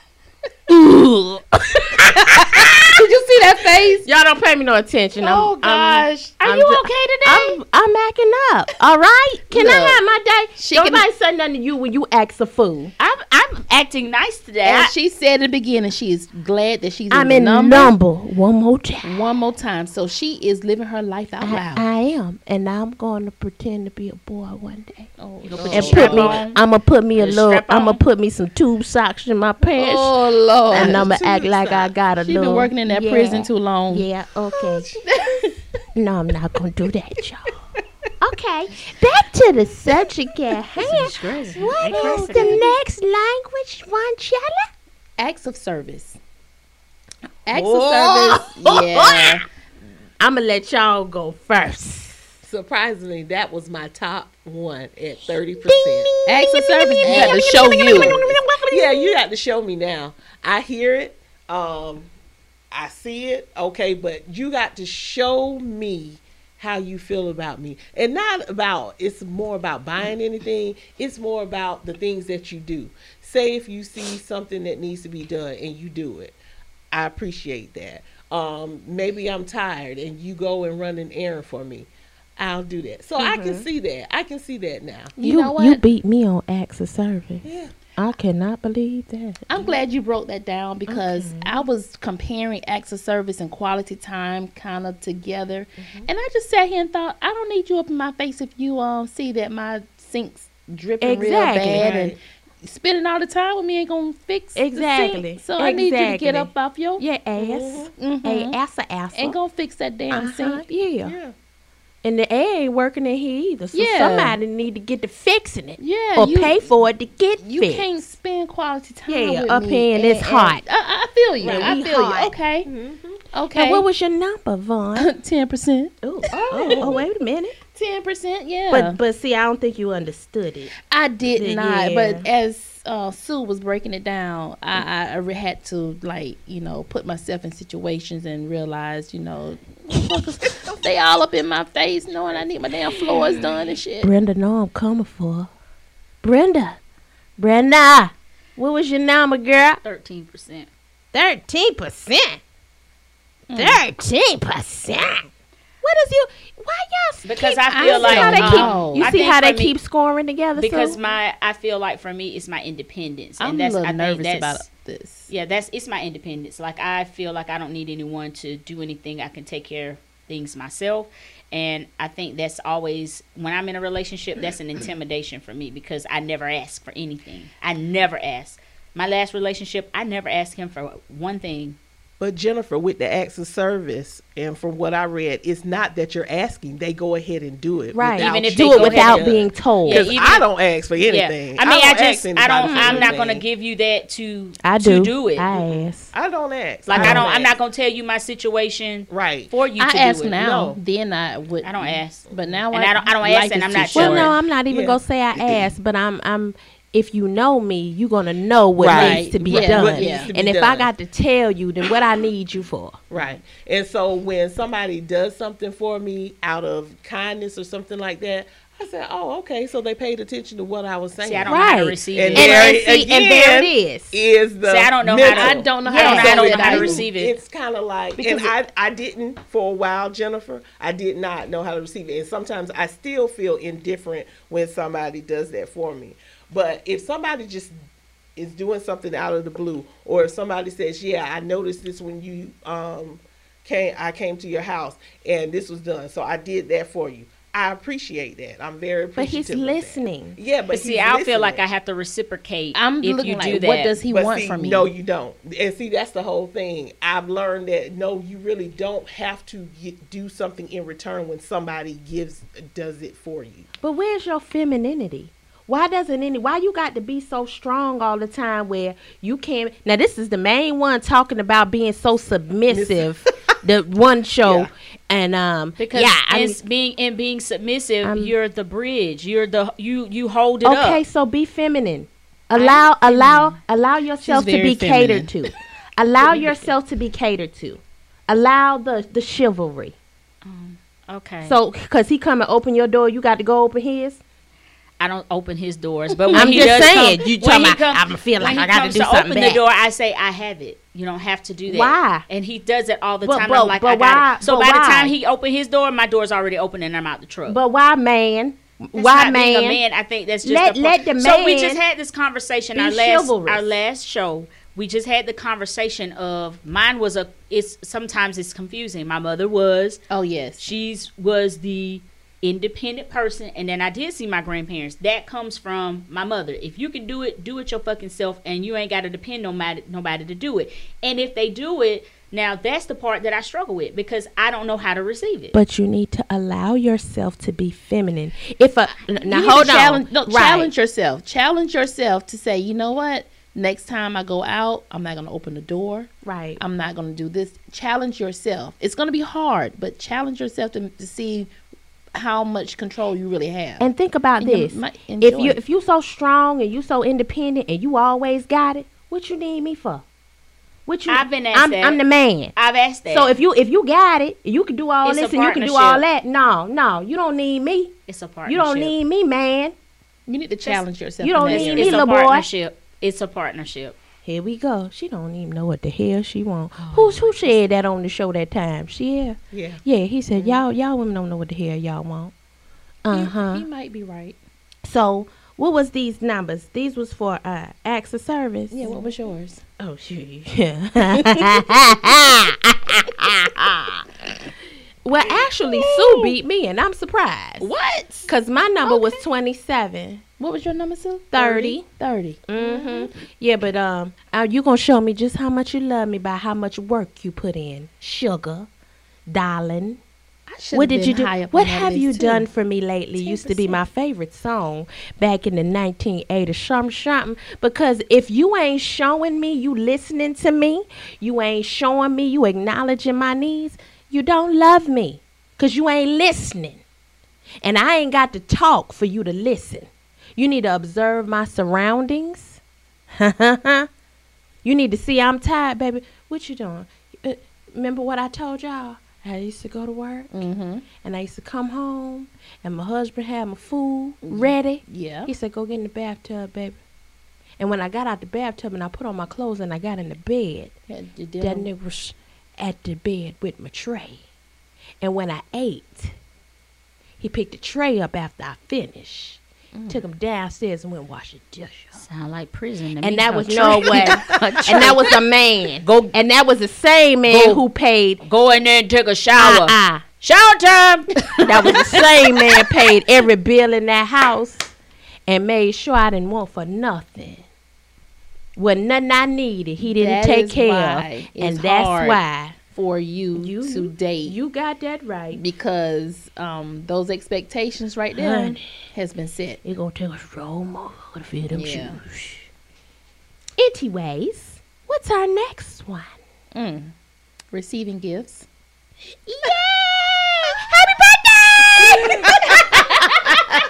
S2: Did you see that face?
S5: Y'all don't pay me no attention. I'm-
S2: Oh
S5: I'm,
S2: gosh. Are
S5: I'm
S2: you
S5: ju-
S2: okay today?
S5: I'm I'm acting up. All right. Can I
S2: Look,
S5: have my day?
S2: she
S5: Nobody say nothing to you when you act a fool.
S3: I'm, I'm acting nice today.
S2: and
S3: I,
S2: she said at the beginning, she is glad that she's
S5: I'm
S2: in,
S5: in
S2: the
S5: number, one more time.
S2: one more time. So she is living her life out
S5: I,
S2: loud.
S5: I am, and I'm going to pretend to be a boy one day.
S2: oh,
S3: gonna
S2: Lord.
S3: put
S5: And
S3: your
S5: put me,
S3: on.
S5: I'm gonna put me a
S3: Your
S5: little,
S3: strap
S5: I'm gonna
S3: on.
S5: put me some tube socks in my pants,
S2: oh Lord.
S5: and I'm gonna act like I got a
S2: She's
S5: little.
S2: been working in that
S5: yeah,
S2: prison too long.
S5: Yeah. Okay. no, I'm not gonna do that, y'all. Okay, back to the subject at hand.
S7: It's crazy.
S5: What
S7: They
S5: is
S7: crazy.
S5: the next language, Vanchella?
S2: Acts of service. Acts of service. Yeah.
S5: I'm gonna let y'all go first.
S4: Surprisingly, that was my top one at thirty
S5: Ding,
S4: percent.
S5: ding,
S2: Acts
S5: ding,
S2: of
S5: ding,
S2: service.
S5: ding,
S2: You
S5: ding,
S2: got to
S5: ding,
S2: show
S5: ding,
S2: you.
S5: ding, ding, ding,
S4: Yeah, you got to show me now. I hear it. Um, I see it. Okay, but you got to show me how you feel about me, and not about. It's more about buying anything. It's more about the things that you do. Say if you see something that needs to be done and you do it. I appreciate that. Um, maybe I'm tired and you go and run an errand for me. I'll do that. So I can see that. I can see that now.
S5: You,
S2: You know what?
S5: you beat me on acts of service.
S4: Yeah.
S5: I cannot believe that.
S2: I'm glad you broke that down because I was comparing acts of service and quality time kind of together,
S5: Mm-hmm.
S2: and I just sat here and thought, I don't need you up in my face if you um see that my sink's dripping real
S5: Exactly.
S2: bad
S4: Right.
S2: and spending all the time with me ain't gonna fix the sink.
S5: Exactly.
S2: So I need you to get
S5: Exactly.
S2: up off your
S5: Your ass,
S2: Mhm.
S5: a ass, a ass.
S2: and go fix that damn
S5: uh-huh.
S2: sink.
S5: yeah.
S4: Yeah.
S5: and the air ain't working in here either. So
S2: Yeah.
S5: somebody need to get to fixing it
S2: Yeah,
S5: or
S2: you-
S5: pay for it to get
S2: You
S5: fixed.
S2: can't spend quality time.
S5: Yeah,
S2: with
S5: up
S2: me
S5: here and it's hot.
S2: I, I feel you.
S5: Right,
S2: I
S5: we
S2: feel
S5: hot. Mm-hmm.
S2: you. Okay.
S5: Now,
S2: Okay.
S5: what was your number, Vaughn?
S2: ten percent?
S5: Ooh, oh, oh, wait a minute.
S2: Ten percent. Yeah.
S5: But but see, I don't think you understood it.
S2: I did
S5: Th-
S2: not.
S5: yeah.
S2: But as uh, Sue was breaking it down, I, I, I re- had to like you know put myself in situations and realize you know motherfuckers, they all up in my face, knowing I need my damn floors done and shit.
S5: Brenda, no, I'm coming for. her. Brenda, Brenda, what was your number, girl?
S3: 13%.
S5: Thirteen percent.
S3: Hmm.
S5: Thirteen percent. What is you? Why y'all?
S3: Because
S5: keep-
S3: I feel
S5: you see
S3: like,
S5: how they keep,
S2: um,
S5: you
S3: I
S5: see
S3: think
S5: how they
S3: for me-
S5: keep scoring together.
S3: Because
S5: Sue?
S3: my, I feel like for me, it's my independence.
S2: I'm
S3: and that's,
S2: a little
S3: I think
S2: nervous
S3: that's,
S2: about this.
S3: Yeah, that's, it's my independence. Like, I feel like I don't need anyone to do anything. I can take care of things myself. And I think that's always, when I'm in a relationship, that's an intimidation for me because I never ask for anything. I never ask. My last relationship, I never asked him for one thing.
S4: But Jennifer, with the acts of service, and from what I read, it's not that you're asking; they go ahead and do it.
S5: Right.
S4: without
S3: Even if
S4: you.
S5: do
S3: they go
S5: it
S3: ahead
S5: without
S3: and-
S5: being told.
S3: Yeah,
S4: Because
S3: even-
S4: I don't ask for anything.
S3: Yeah. I mean, I,
S4: don't ask
S3: just I
S4: anybody
S3: don't.
S4: for
S3: I'm not
S4: anything.
S3: gonna give you that to
S5: I
S3: to
S5: do.
S3: do it.
S5: I ask.
S4: I don't ask.
S3: like I don't. I'm not gonna tell you my situation
S4: Right.
S3: for you.
S2: I
S3: to
S2: ask
S3: do it.
S2: now.
S4: No.
S2: Then I would.
S3: I don't ask.
S2: But now
S3: And I don't- I don't
S2: life
S3: ask and
S2: is
S3: I'm
S2: too
S3: not
S2: short.
S5: Well,
S3: Sure.
S5: no, I'm not even
S4: Yeah.
S5: gonna say I asked, but I'm I'm. If you know me, you're gonna know what
S4: Right.
S5: needs to be
S2: Right.
S5: done.
S2: What needs
S4: to be
S5: and if I
S4: done.
S5: got to tell you, then what I need you for?
S4: Right. And so when somebody does something for me out of kindness or something like that, I said, "Oh, okay." So they paid attention to what I was saying.
S3: See, I don't
S5: Right.
S3: know how to receive
S4: And
S3: it.
S5: And,
S4: There
S5: and, see, and there
S4: again,
S5: it is.
S4: Is the
S3: See, I don't know
S4: mental.
S3: how to.
S2: I don't know how
S3: I
S2: to
S3: don't, I
S2: receive
S3: don't know
S2: it
S3: how to
S2: either.
S3: receive it.
S4: It's kind of like,
S3: Because
S4: and I, I didn't for a while, Jennifer. I did not know how to receive it, and sometimes I still feel indifferent when somebody does that for me. But if somebody just is doing something out of the blue, or if somebody says, "Yeah, I noticed this when you um came, I came to your house, and this was done, so I did that for you." I appreciate that. I'm very
S5: But he's
S4: appreciative. of that.
S5: listening.
S4: Yeah, but,
S3: But see,
S4: he's
S3: I feel
S4: listening.
S3: like I have to reciprocate
S2: I'm
S3: if
S2: looking
S3: you
S2: like,
S3: do that.
S2: what does he want
S4: see,
S2: from me?
S4: No, you don't. And see, that's the whole thing. I've learned that no, you really don't have to get, do something in return when somebody gives does it for you.
S5: But where's your femininity? Why doesn't any? Why you got to be so strong all the time? Where you can't. Now this is the main one talking about being so submissive. the one show
S4: Yeah.
S5: and um
S3: because
S5: yeah, I mean-
S3: it's being and being submissive,
S5: I'm-
S3: you're the bridge. You're the you you hold it
S5: Okay,
S3: up.
S5: so be feminine. Allow allow allow yourself to
S2: very
S5: be catered
S2: feminine.
S5: to. Allow yourself to be catered to. Allow the the chivalry.
S3: Okay. So
S5: So cuz he come and open your door, you got to go open his.
S3: I don't open his doors, but when
S5: I'm
S3: he
S5: just
S3: does
S5: saying,
S3: come,
S5: you
S3: when
S5: talking
S3: he
S5: about,
S3: come-
S5: "I'ma feel
S3: when
S5: like
S3: he
S5: I gotta
S3: comes
S5: do
S3: to
S5: something
S3: Open
S5: back."
S3: the door. I say I have it. You don't have to do that.
S5: Why?
S3: And he does it all the
S5: But-
S3: time.
S5: but-
S3: I'm like,
S5: but
S3: I got
S5: why-
S3: it. So
S5: but
S3: by
S5: why?
S3: the time he opened his door, my door's already open and I'm out the
S2: Uh,
S3: truck.
S5: But why man?
S3: That's
S5: why
S3: not being a
S5: man?
S3: man? I think that's just
S5: Let-
S3: the
S5: let
S3: part.
S5: the
S3: So we
S5: man
S3: just had this conversation.
S5: be
S3: Our last
S5: chivalrous.
S3: our last show, we just had the conversation of mine was a. It's sometimes it's confusing. My mother was
S2: Oh yes.
S3: she's was the independent person, and then I did see my grandparents. That comes from my mother. If you can do it, do it your fucking self, and you ain't got to depend on nobody, nobody to do it. And if they do it, now that's the part that I struggle with because I don't know how to receive it.
S5: But you need to allow yourself to be feminine. If a n- now
S2: You need to
S5: hold
S2: challenge,
S5: on.
S2: No,
S5: Right.
S2: Challenge yourself. Challenge yourself to say, you know what? Next time I go out, I'm not going to open the door.
S5: Right.
S2: I'm not going to do this. Challenge yourself. It's going to be hard, but challenge yourself to, to see how much control you really have.
S5: And think about
S2: And you
S5: this.
S2: might
S5: If
S2: enjoy
S5: you
S2: it.
S5: if you so strong and you so independent and you always got it, what you need me for? What you
S3: I've been asked
S5: I'm,
S3: that.
S5: I'm the man.
S3: I've asked that.
S5: So if you if you got it, you can do all
S3: It's a
S5: this and you can do all
S3: partnership.
S5: that. No, no, you don't need me.
S3: it's a partnership.
S5: You don't need me, man.
S2: you need to challenge yourself.
S5: you don't
S2: in that
S5: need
S2: area.
S5: me.
S3: It's a
S5: little boy.
S3: partnership. It's a partnership.
S5: Here we go. She don't even know what the hell she want. Who's who said that on the show that time? She Oh, yeah.
S4: Yeah.
S5: Yeah, he said y'all y'all women don't know what the hell y'all want. Uh huh.
S2: He might be right.
S5: So what was these numbers? These was for uh acts of service.
S2: Yeah, what was yours?
S5: Oh shoot. well, actually, Sue beat me, and I'm surprised.
S2: What?
S5: Cause my number was 27,
S2: What was your number, Sue?
S5: 30.
S2: 30.
S5: Mm-hmm. Yeah, but um, uh, you gonna show me just how much you love me by how much work you put in, sugar, darling.
S2: I should've
S5: What did
S2: been
S5: you do?
S2: high up
S5: What
S2: on that
S5: have
S2: list,
S5: you
S2: too.
S5: done for me lately? Used to be my favorite song back in the 1980s, something, something. Because if you ain't showing me, you listening to me, you ain't showing me, you acknowledging my needs, you don't love me because you ain't listening. And I ain't got to talk for you to listen. You need to observe my surroundings. you need to see I'm tired, baby. What you doing? Uh, remember what I told y'all? I used to go to work
S2: Mm-hmm.
S5: and I used to come home and my husband had my food ready.
S2: Yeah.
S5: He said, Go get in the bathtub, baby. And when I got out the bathtub and I put on my clothes and I got in the bed,
S2: Yeah, you did.
S5: that nigga was at the bed with my tray. And when I ate, he picked the tray up after I finished, took him downstairs and went and washed the dishes.
S3: Sound like prison.
S5: And that was no way. and that was a man. Go. And that was the same man
S3: Go.
S5: who paid.
S3: Go in there and take a shower.
S5: Uh-uh.
S3: Shower time.
S5: That was the same man paid every bill in that house and made sure I didn't want for nothing. Well, nothing I needed, he didn't
S2: That
S5: take
S2: is
S5: care of,
S2: why
S5: and
S2: it's
S5: that's
S2: hard.
S5: why
S2: for you,
S5: You-
S2: to date
S5: you got that right.
S2: because um those expectations right there
S5: Honey.
S2: has been set.
S5: It gonna take us roll more to fit them
S2: Yeah.
S5: shoes. Anyways, what's our next one?
S2: Mm. Receiving gifts.
S5: Yeah! Happy birthday!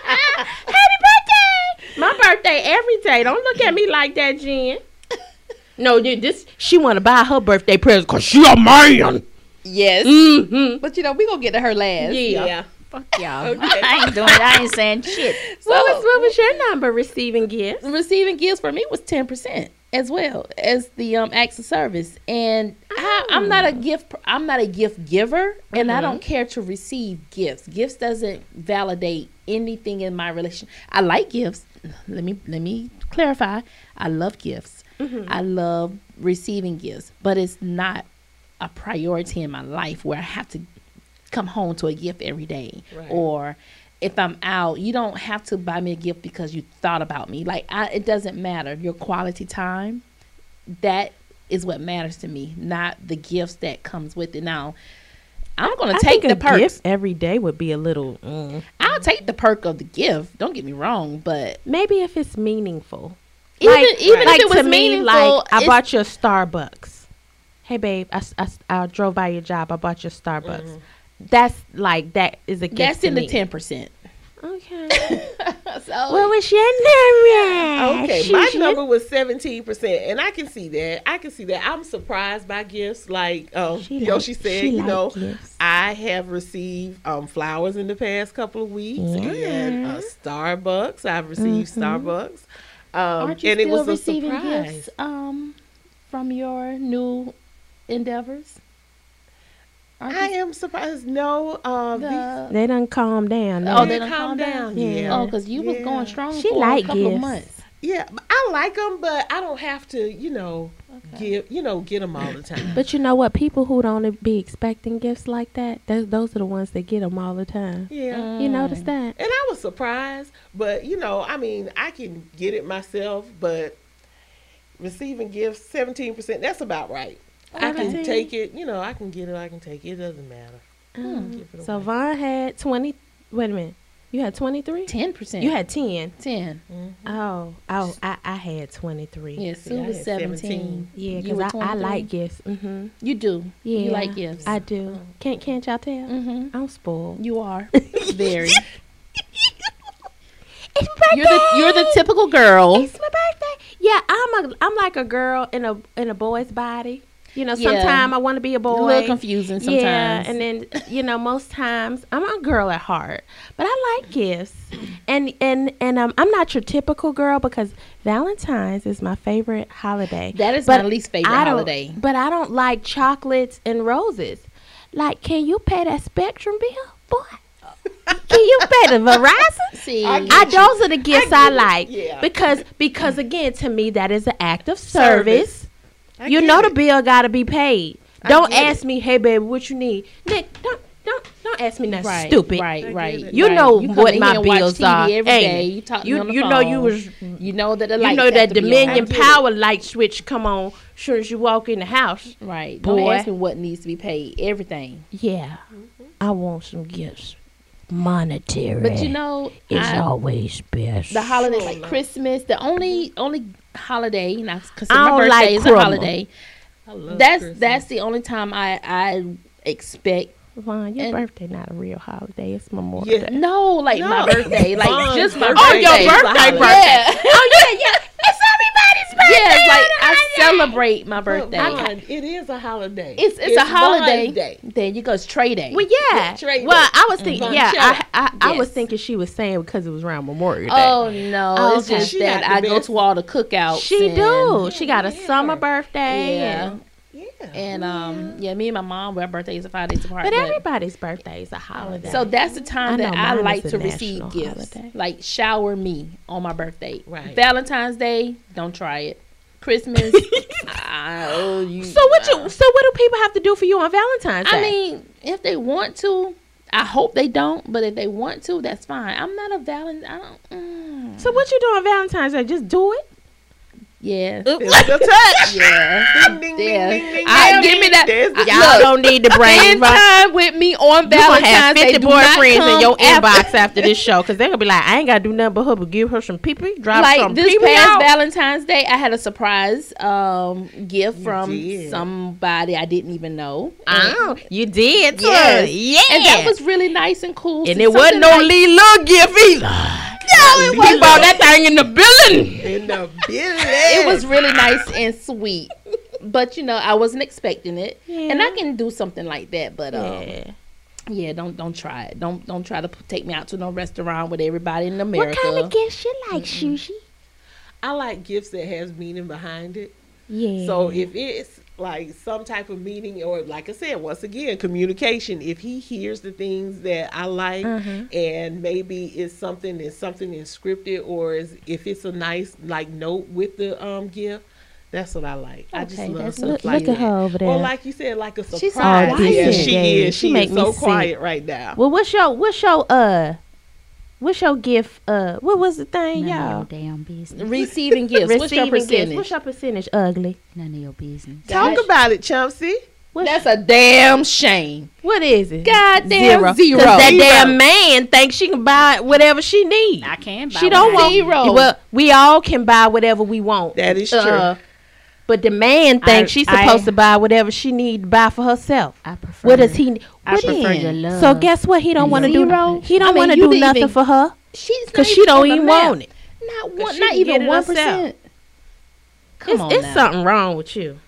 S5: Happy birthday! My birthday every day. Don't look at me like that, Jen. No, you- this she want to buy her birthday present because she a man.
S2: Yes.
S5: Mm-hmm.
S2: But you know, we gonna get to her last.
S5: Yeah.
S3: Fuck y'all. I ain't doing it. I ain't saying shit.
S5: what was what was your number receiving gifts?
S2: Receiving gifts for me was ten percent as well as the um acts of service. And I, I'm not a gift per- I'm not a gift giver and I don't care to receive gifts. Gifts doesn't validate anything in my relation. I like gifts. Let me let me clarify. I love gifts. I love receiving gifts, but it's not a priority in my life where I have to come home to a gift every day or if I'm out, you don't have to buy me a gift because you thought about me. Like I, it doesn't matter. Your quality time, that is what matters to me, not the gifts that comes with it. Now, I'm gonna take the perks.
S5: every day would be a little. mm.
S2: I'll take the perk of the gift. Don't get me wrong, but
S5: Maybe if it's meaningful.
S2: even even
S5: like
S2: if it was
S5: to me,
S2: meaningful,
S5: like I
S2: it's-
S5: bought you a Starbucks. Hey babe, I, s- I s- I drove by your job. I bought you a Starbucks. That's like that is a gift.
S2: Mm-hmm. that's
S5: to
S2: in the
S5: me.
S2: ten percent.
S5: Okay.
S2: So
S5: what was your
S2: Ah,
S5: number?
S4: Okay,
S5: Shoot,
S4: my
S5: you-
S4: number was seventeen percent, and I can see that. I can see that. I'm surprised by gifts, like um,
S5: She like-
S4: Yoshi said.
S5: she
S4: you
S5: like
S4: know,
S5: gifts.
S4: I have received um, flowers in the past couple of weeks, and uh,
S2: Mm-hmm.
S4: Starbucks. I've received Starbucks, um,
S2: aren't you
S4: and
S2: still
S4: it was a
S2: receiving
S4: surprise.
S2: gifts um from your new endeavors? Aren't
S4: I
S2: you-
S4: am surprised. No, um, these-
S2: the-
S5: They done calm down.
S2: Oh,
S5: Oh,
S2: they
S4: they
S2: done
S4: calm
S2: calmed
S4: down.
S2: down?
S4: Yeah,
S2: Oh, because you was
S4: Yeah.
S2: going strong
S5: She
S2: for
S5: like
S2: a couple
S5: gifts.
S2: of months.
S4: yeah. but I like them, but I don't have to. You know, give. You know, get them all the time.
S5: but you know what? People who don't be expecting gifts like that, those those are the ones that get them all the time.
S4: yeah.
S2: mm.
S5: You notice that?
S4: And I was surprised, but you know, I mean, I can get it myself, but receiving gifts, 17%, that's about right. I can take it, you know, I can get it, I can take it, it doesn't matter.
S2: Hmm.
S4: Give it
S5: So
S4: away.
S5: Vaughn Um, had twenty. Wait a minute. You had twenty three.
S2: Ten percent.
S5: You had ten.
S2: ten.
S5: Oh, oh, I, I had 23.
S2: Yeah, Sue
S4: I
S2: was
S4: had
S2: seventeen.
S4: 17.
S5: Yeah,
S2: You were
S5: because I, I
S2: 23?
S5: like gifts. Mm-hmm.
S2: You do.
S5: Yeah,
S2: You like gifts. Oh.
S5: I do. Can't can't y'all tell?
S2: mm-hmm.
S5: I'm spoiled.
S2: You are very. You're the you're the typical girl.
S5: It's my birthday. Yeah, I'm a I'm like a girl in a in a boy's body. You know,
S2: Yeah.
S5: sometime I want to be
S2: A
S5: a boy.
S2: little confusing sometimes.
S5: Yeah, and then you know most times I'm a girl at heart, but I like gifts, and and and um, I'm not your typical girl because Valentine's is my favorite holiday.
S2: That is
S5: But
S2: my least favorite
S5: I don't-
S2: holiday.
S5: But I don't like chocolates and roses. Like, can you pay that Spectrum bill, boy? can you pay the Verizon?
S2: See,
S5: I, those are the gifts I,
S4: get it.
S5: like
S4: Yeah.
S5: because because again to me that is an act of service.
S4: I
S5: You
S4: get
S5: know the
S4: it.
S5: bill gotta be paid. Don't
S4: get
S5: ask me, hey baby, what you need? Nick, don't don't don't ask me nothing
S2: right,
S5: stupid.
S2: Right, right.
S5: You
S2: right.
S5: know
S2: come
S5: what
S2: in
S5: my
S2: here and watch
S5: bills
S2: TV
S5: are,
S2: Every
S5: ain't
S2: day.
S5: it?
S2: You talk to
S5: You-
S2: me on the
S5: you know you
S2: phone.
S5: was-
S2: You know that the
S5: You
S2: lights
S5: know
S2: have
S5: that
S2: to be on.
S5: Dominion
S4: I get it.
S5: Power light switch come on soon as you walk in the house.
S2: Right. Don't
S5: Boy.
S2: ask me what needs to be paid. Everything.
S5: Yeah, I want some gifts.
S2: Mm-hmm.
S5: Monetary
S2: But you know, I-
S5: always best.
S2: the holiday like Christmas, the only only holiday, and I consider
S5: I
S2: my
S5: don't
S2: birthday
S5: like
S2: is
S5: crumble.
S2: a holiday. That's that's the only time I I expect.
S5: Vaughn, your
S2: and-
S5: birthday not a real holiday. It's Memorial
S4: Yeah.
S5: Day.
S2: No, like my
S4: No.
S2: birthday, like
S4: Fun.
S2: just my
S4: Oh,
S2: birthday.
S4: your birthday,
S2: Yeah.
S5: birthday. Oh yeah, yeah. It's everybody's birthday.
S2: Yeah, like I
S5: holiday.
S2: celebrate my
S4: But
S2: birthday.
S4: Ron, it is a holiday.
S2: It's, it's a holiday.
S4: Monday.
S2: There you go. It's Trey Day.
S5: Well, yeah.
S4: trade
S5: Well,
S4: it.
S5: I was thinking. Yeah, I,
S4: Vonchella.
S5: I, I was
S2: Mm-hmm. Yes.
S5: thinking she was saying because it was around Memorial Day.
S2: oh no, it's
S5: Okay.
S2: just
S4: She
S2: that
S4: got the
S2: I go
S4: best.
S2: to all the cookouts.
S5: she
S2: and-
S5: do. She got a summer birthday.
S2: Oh, Yeah.
S5: and-
S4: Yeah.
S2: And um, yeah, me and my mom, our birthdays are five days apart.
S5: but everybody's birthday is a holiday.
S2: So that's the time
S5: I
S2: that
S5: know
S2: I
S5: mine
S2: like
S5: is
S2: to
S5: a
S2: receive
S5: national
S2: gifts.
S5: holiday.
S2: Like shower me on my birthday.
S4: Right.
S2: Valentine's Day, don't try it. Christmas, I owe you.
S5: So what you? So what do people have to do for you on Valentine's Day?
S2: I mean, if they want to, I hope they don't. But if they want to, that's fine. I'm not a Valentine. I don't. Mm.
S5: so what you do on Valentine's Day? Just do it.
S2: Yeah.
S4: Physical touch.
S2: Yeah.
S4: Ding, ding,
S2: Yeah.
S4: ding, ding, ding,
S2: I-
S4: ding,
S2: give me
S4: ding.
S2: that-
S4: There's the-
S5: Y'all don't need to bring.
S2: Spend time with me on
S5: You're gonna
S2: Valentine's
S5: have
S2: Day.
S5: 50
S2: Do not
S5: boyfriends in
S2: come
S5: your
S2: after-
S5: inbox after this show because they're gonna be like, I ain't gotta do nothing but her, but give her some pee pee, drop
S2: like
S5: some
S2: this
S5: pee pee
S2: past
S5: out.
S2: Valentine's Day, I had a surprise um, gift from
S4: did.
S2: somebody I didn't even know,
S5: Oh, you did, too.
S2: Yes.
S5: yeah.
S2: and that was really nice and cool.
S5: and
S2: See,
S5: it wasn't
S2: something
S5: no
S2: like-
S5: Lee Lil gift either. No,
S4: wasn't.
S5: You bought that thing in the building.
S4: in the building.
S2: It was really nice and sweet, but you know I wasn't expecting it, and I can do something like that. But um, yeah.
S5: Yeah.
S2: don't don't try it. Don't don't try to p- take me out to no restaurant with everybody in America.
S5: What kind of gifts you like, Shushi?
S4: I like gifts that has meaning behind it.
S5: Yeah.
S4: So if it's like some type of meaning, or like I said, once again, communication. If he hears the things that I like,
S5: Mm-hmm.
S4: and maybe it's something that's something is scripted, or is if it's a nice like note with the um gift. That's what I like. I just
S2: Okay,
S4: love
S2: that's-
S4: stuff
S5: look-
S4: like
S5: look at
S4: that.
S5: her over
S4: Or
S5: there.
S4: like you said, like a surprise.
S2: She's all
S4: yeah,
S2: quiet
S4: she
S5: today.
S4: is.
S5: She
S4: She,
S5: make
S4: is
S5: me
S4: so
S5: sick.
S4: quiet right now.
S5: well, what's your what's your uh, what's your gift uh? What was the thing,
S8: None
S5: y'all?
S8: of your damn business.
S2: Receiving gifts. What's your
S5: Receiving gifts.
S2: percentage?
S5: What's your percentage? Ugly.
S8: None of your business.
S4: Talk about it, Chelsea.
S5: What's
S2: That's a damn shame.
S5: what is it?
S2: Goddamn zero. zero.
S5: 'Cause that
S4: Zero.
S5: damn man thinks she can buy whatever she needs.
S3: I can buy
S5: She
S3: one
S5: don't
S3: out.
S5: want
S2: Zero.
S5: Well, we all can buy whatever we want,
S4: That is
S5: Uh,
S4: true.
S5: but the man thinks
S8: I-
S5: she's supposed
S8: I-
S5: to buy whatever she need to buy for herself.
S8: I prefer.
S5: What does he?
S8: I
S5: what
S8: prefer
S5: is-
S8: your love.
S5: So guess what? He don't want to do.
S2: Zero.
S5: He don't
S2: I mean,
S5: want to
S2: you
S5: do
S2: didn't
S5: nothing
S2: even-
S5: for her
S2: She's
S5: because she don't even want it.
S2: Not
S5: 'Cause
S2: one.
S5: she
S2: Not
S5: can get
S2: even
S5: it
S2: one
S5: herself.
S2: percent. Come
S5: it's
S2: on
S5: it's
S2: now.
S5: something wrong with you.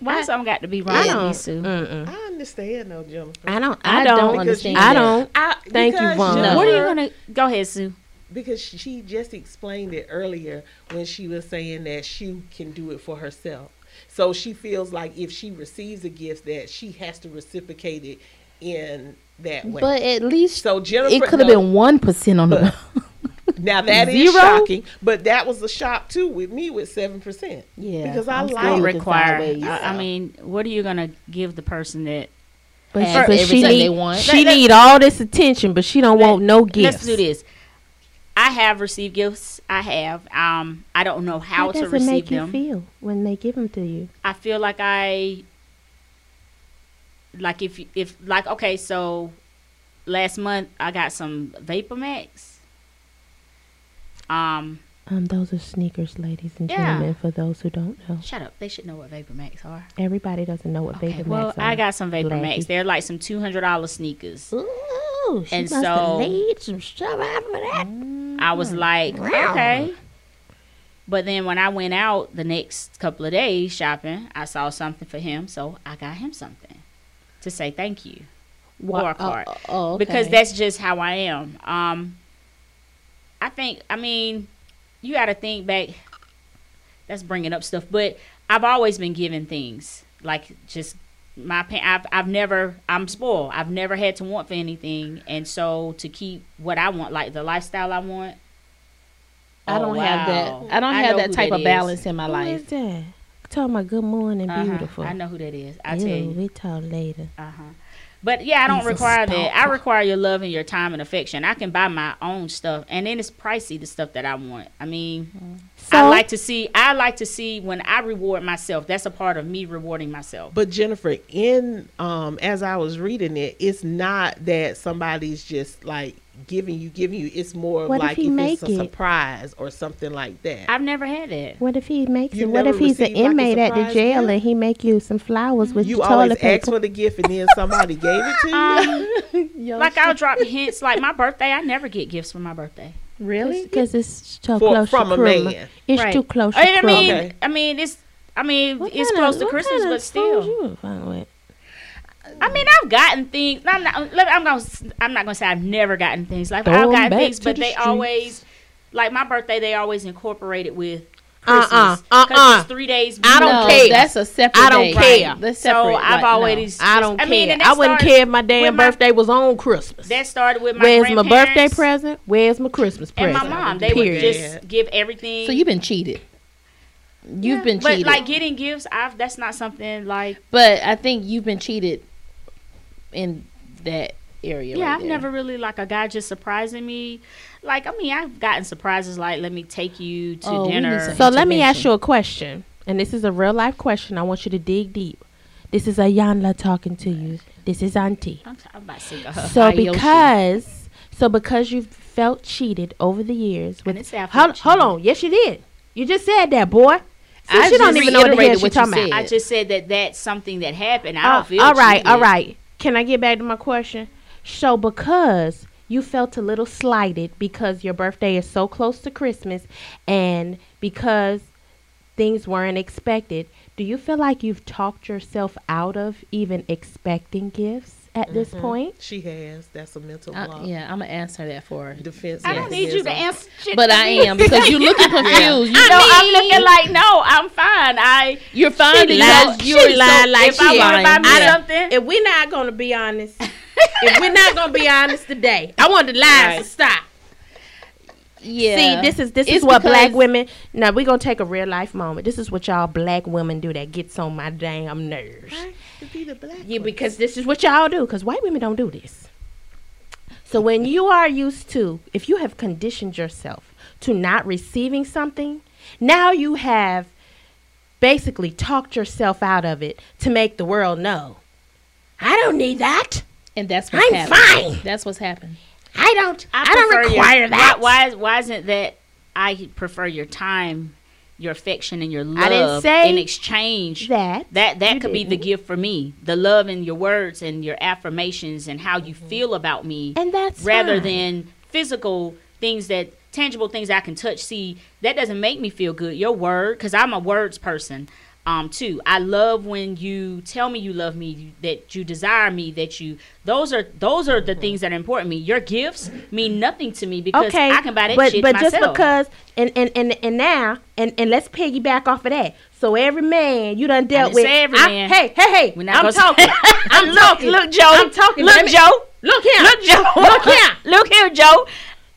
S3: Why something got to be wrong
S5: I
S3: with me,
S5: don't.
S3: Sue?
S5: mm-mm.
S4: I understand though, Jennifer.
S5: I don't.
S8: I
S5: I
S8: don't
S5: don't.
S8: understand
S5: I
S8: that.
S5: don't.
S4: I,
S5: Thank you,
S4: because
S3: Uh-huh.
S5: Vaughn.
S4: Jennifer-
S5: No.
S8: What are you gonna?
S3: Go ahead, Sue.
S4: because she just explained it earlier when she was saying that she can do it for herself. So she feels like if she receives a gift that she has to reciprocate it in that way.
S2: But at least
S4: so Jennifer,
S2: it could have
S4: no,
S2: been one percent on the.
S4: now that is
S5: zero?
S4: shocking, but that was a shock too with me with seven percent.
S2: Yeah,
S4: because I
S2: I'm still
S4: like
S3: Don't
S2: Always.
S3: require.
S2: Always.
S3: I, I mean, what are you gonna give the person that?
S5: But,
S3: Has
S5: but she
S2: everything
S5: need.
S2: they want.
S5: She
S3: Let- let-
S5: need all this attention, but she don't want no
S3: Let's
S5: gifts.
S3: do this. I have received gifts. I have. Um, I don't know how
S5: How
S3: to
S5: does it make
S3: receive
S5: you
S3: them.
S5: feel when they give them to you?
S3: I feel like I like if if like okay, so last month I got some Vapor Max. Um,
S5: Um, those are sneakers, ladies and
S3: Yeah.
S5: gentlemen. For those who don't know,
S3: shut up. They should know what Vapor Max are.
S5: everybody doesn't know what
S3: Okay,
S5: Vapor
S3: well,
S5: Max are.
S3: I got some Vapor
S5: Blackie.
S3: Max. They're like some two hundred dollar sneakers.
S5: Ooh, she
S3: And
S5: must
S3: so-
S5: have made some stuff out of that. Mm.
S3: I was like, okay. But then when I went out the next couple of days shopping, I saw something for him, so I got him something to say thank you. Or a card.
S5: uh,
S2: Oh,
S3: because that's just how I am. Um, I think, I mean, you got to think back. That's bringing up stuff, but I've always been given things like just my pa- I've I've never I'm spoiled. I've never had to want for anything, and so to keep what I want, like the lifestyle I want.
S2: I don't
S3: Oh,
S2: have
S3: wow.
S2: that. I don't
S3: I
S2: have
S3: know
S2: that
S3: who
S2: type
S3: that
S2: of
S3: is.
S2: balance in my
S5: Who is
S2: life.
S5: that? Talking about good morning,
S3: Uh-huh.
S5: beautiful.
S3: I know who that is. I
S5: Ew,
S3: tell you.
S5: we talk later.
S3: Uh-huh. But yeah, I don't
S5: He's a
S3: require that. I
S5: stalker.
S3: require your love and your time and affection. I can buy my own stuff, and then it's pricey the stuff that I want. I mean,
S5: So
S3: I like to see. I like to see when I reward myself. That's a part of me rewarding myself.
S4: But Jennifer, in um, as I was reading it, it's not that somebody's just like giving you, giving you. It's more of
S5: What if
S4: like
S5: he
S4: if,
S5: make
S4: it's a
S5: it?
S4: surprise or something like that.
S3: I've never had that.
S5: what if he makes
S4: You
S5: it? What
S4: never
S5: if he's an
S4: received, like, a
S5: inmate at the
S4: surprise
S5: jail
S4: gift?
S5: and he make you some flowers with
S4: you
S5: your
S4: always
S5: toilet
S4: ask
S5: paper?
S4: for the gift and then somebody gave it to you.
S5: Ah,
S3: Um,
S2: Yo,
S3: like I'll drop hints. Like my birthday, I never get gifts for my birthday.
S2: really?
S5: Because it's too
S4: For-
S5: close
S4: from
S5: to
S4: a
S5: Christmas.
S4: man.
S5: It's
S3: Right.
S5: too close to
S3: I
S5: Christmas.
S3: mean,
S4: Okay.
S3: I mean, it's. I mean,
S5: What
S3: it's
S5: kinda-
S3: clothes close to
S5: what
S3: Christmas,
S5: kinda
S3: but
S5: clothes
S3: still.
S5: you in front with?
S3: I mean, I've gotten things. I'm not. let- I'm gonna. I'm not gonna say I've never gotten things. Like
S5: Throw
S3: I've
S5: 'em
S3: gotten
S5: back
S3: things,
S5: to
S3: but
S5: the
S3: they
S5: streets.
S3: always, like my birthday, they always incorporate it with
S5: Uh-uh,
S3: Christmas. 'cause
S5: uh-uh.
S3: it's three days.
S5: I don't
S2: no,
S3: before.
S5: care.
S2: That's a separate.
S5: I don't
S2: day.
S5: care.
S2: Right. That's
S3: So
S2: separate.
S3: I've
S2: Like,
S3: always.
S5: I don't
S3: I
S5: care.
S3: mean, and that
S5: I wouldn't
S3: started-
S5: care if my damn
S3: with my-
S5: birthday was on Christmas.
S3: That started with my
S5: Where's my birthday
S3: grandparents
S5: present? Where's my Christmas
S3: and
S5: present?
S3: my mom. They
S5: Period.
S3: would just give everything.
S2: No. So you've been cheated. You've been
S3: but
S2: cheated. But,
S3: like getting gifts, I've that's not something like
S2: I think you've been cheated in that area.
S3: Yeah,
S2: right
S3: I've
S2: there.
S3: never really like a guy just surprising me. Like, I mean, I've gotten surprises like let me take you to
S2: Oh, we need
S3: dinner.
S2: some-
S5: So let me ask
S2: Intervention.
S5: you a question, and this is a real life question. I want you to dig deep. This is Ayanla talking to you. This is Auntie.
S3: I'm, I'm about sick of her.
S5: So
S2: Ayoshi.
S5: because so because you felt cheated over the years.
S3: I
S5: With,
S3: didn't say I felt
S5: hold, hold
S3: cheated.
S5: on. Yes, you did. You just said that, boy. See,
S2: I
S5: she don't
S2: just
S5: even know what the hell
S2: reiterated
S5: she
S2: what you
S5: talking about.
S2: said.
S3: I just said that that's something that happened. I don't
S5: Uh,
S3: feel
S5: all right, all
S3: cheated.
S5: right. Can I get back to my question? So because you felt a little slighted because your birthday is so close to Christmas and because things weren't expected, do you feel like you've talked yourself out of even expecting gifts at this
S3: Mm-hmm.
S5: point?
S4: She has. That's a mental
S2: I-
S4: block.
S2: yeah, I'm gonna answer that for her.
S4: Defense.
S3: I don't need you to
S4: mechanism.
S3: answer shit.
S2: But I am because you're looking confused. You,
S3: I know I'm looking like no, I'm fine. I
S2: you're fine
S5: lies-
S2: because
S5: she
S2: you're
S5: lied
S2: lying like
S3: if I
S2: she
S3: want to buy
S2: lying.
S3: me
S5: I don't-
S3: something,
S5: If we're not gonna be honest, if we're not gonna be honest today, I want the lies to stop.
S2: Yeah.
S5: See, this is this is
S2: It's
S5: what black
S2: because-
S5: women. Now we're gonna take a real life moment. This is what y'all black women do that gets on my damn nerves.
S4: To be the black.
S5: Yeah, because this is what y'all do. Because white women don't do this. So when you are used to, if you have conditioned yourself to not receiving something, now you have basically talked yourself out of it to make the world know. I don't need that.
S2: and that's what's
S5: I'm
S2: happened.
S5: fine.
S2: That's what's happened.
S5: I don't. I,
S3: prefer
S5: don't
S3: your-
S5: require that.
S3: Why, why is why isn't that I prefer your time, your affection and your love
S5: I didn't say
S3: in exchange
S5: that
S3: that that
S5: You
S3: could be the
S5: didn't.
S3: gift for me. The love in your words and your affirmations and how you feel about me
S5: And Mm-hmm. that's
S3: rather
S5: fine.
S3: than physical things that tangible things I can touch. See, that doesn't make me feel good. Your word, because I'm a words person, um, too. I love when you tell me you love me, you- that you desire me, that you. Those are those are
S5: Mm-hmm.
S3: the things that are important to me. Your gifts mean nothing to me because
S5: okay,
S3: I can buy that
S5: but
S3: shit
S5: but
S3: myself.
S5: just because and and and and now and and let's piggyback off of that. So every man you done
S3: didn't
S5: dealt with,
S3: say every
S5: I-
S3: man.
S5: hey hey hey,
S3: We're not
S5: I'm
S3: gonna say-
S5: talking, I'm talking,
S3: look, Joe,
S5: I'm talking,
S3: look,
S5: Let me-
S3: Joe,
S5: look here,
S3: look, Joe,
S5: look here.
S3: look here, Joe.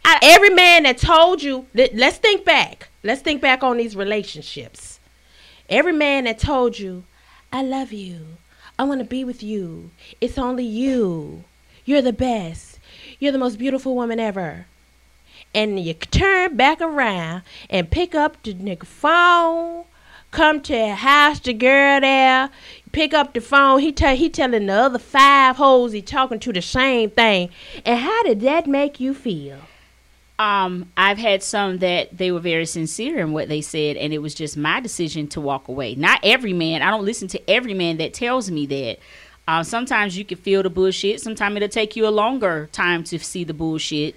S3: I,
S5: Every man that told you, let, let's think back, let's think back on these relationships. Every man that told you, I love you, I want to be with you, it's only you, you're the best, you're the most beautiful woman ever. and you turn back around and pick up the nigga phone, come to the house, the girl there, pick up the phone. He tell he telling the other five hoes he talking to the same thing. And how did that make you feel?
S3: um, I've had some that they were very sincere in what they said, and it was just my decision to walk away. Not every man. I don't listen to every man that tells me that. Uh, sometimes you can feel the bullshit. Sometimes it'll take you a longer time to see the bullshit.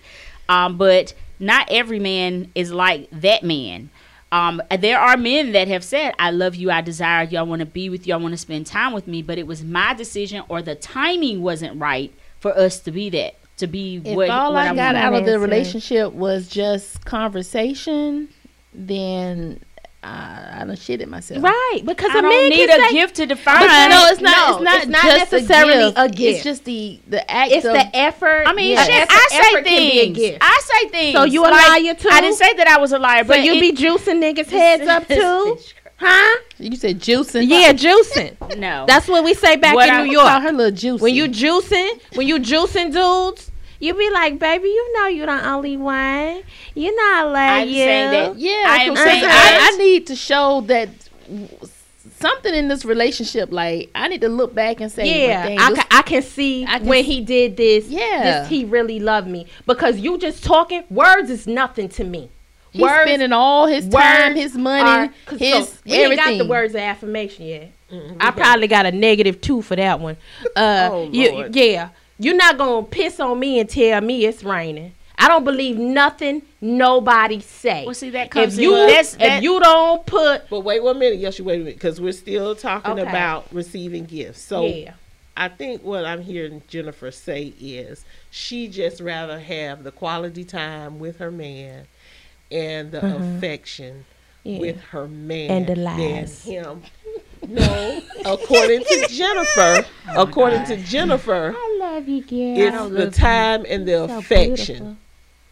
S3: Um, but not every man is like that man. Um, there are men that have said, I love you, I desire you, I want to be with you, I want to spend time with me, but it was my decision or the timing wasn't right for us to be that, to be
S2: If
S3: what,
S2: all
S3: what
S2: I got
S3: wanted.
S2: out of the
S5: answer.
S2: relationship was just conversation, then I, I done shit at myself.
S5: Right, because
S3: I
S5: a
S3: don't
S5: man
S3: need
S5: can
S3: a
S5: say,
S3: gift to
S2: But
S3: define.
S2: no, it's not. it's
S5: No,
S2: not,
S5: it's not
S2: just
S5: necessarily a
S2: a gift.
S5: gift.
S2: It's just the the act
S5: It's
S2: of
S5: the effort.
S3: I mean,
S5: Yeah.
S3: shit,
S5: Effort-
S3: I say
S5: effort can be a
S3: things.
S5: gift.
S3: I say things.
S5: So you a liar too?
S3: I didn't say that I was a liar,
S5: So
S3: but
S5: you
S3: it-
S5: be juicing niggas heads up too, huh?
S2: you said juicing.
S5: Yeah, juicing.
S3: no.
S5: That's what we say back
S3: What
S5: in
S3: I-
S5: New
S2: You call
S5: York.
S2: her little juicy.
S5: When you juicing, when you juicing dudes, you be like, baby, you know you the only one. You know I love
S3: I'm
S5: you.
S3: saying that
S2: yeah,
S3: I
S2: I,
S3: am
S2: am
S3: saying
S2: saying I,
S3: that-
S2: I need to show that w- something in this relationship. Like I need to look back and say, well,
S5: yeah,
S2: dang,
S5: I,
S2: this-
S5: ca- I can see
S2: I can
S5: when
S2: s-
S5: he did this.
S2: Yeah.
S5: this, he really loved me because you just talking words is nothing to me.
S2: he's spending all his time, his money,
S5: are- 'cause
S2: his
S5: so, we ain't
S2: everything.
S5: got the words of affirmation yet. I probably got a negative two for that one. Uh,
S4: Oh,
S5: you-
S4: Lord.
S5: yeah, you're not gonna piss on me and tell me it's raining. I don't believe nothing nobody say.
S3: Well, see, that comes
S5: if
S3: in-
S5: you
S3: that's- that-
S5: if you don't put
S4: But wait one minute, Yoshi. Wait a minute, because we're still talking
S5: Okay.
S4: about receiving gifts. So
S5: yeah,
S4: I think what I'm hearing Jennifer say is she just rather have the quality time with her man and the affection with her man
S5: Mm-hmm. And the
S4: than
S5: lies.
S4: him. No, according to Jennifer, according to Jennifer,
S5: Oh I love you, girl.
S4: it's the time and the affection.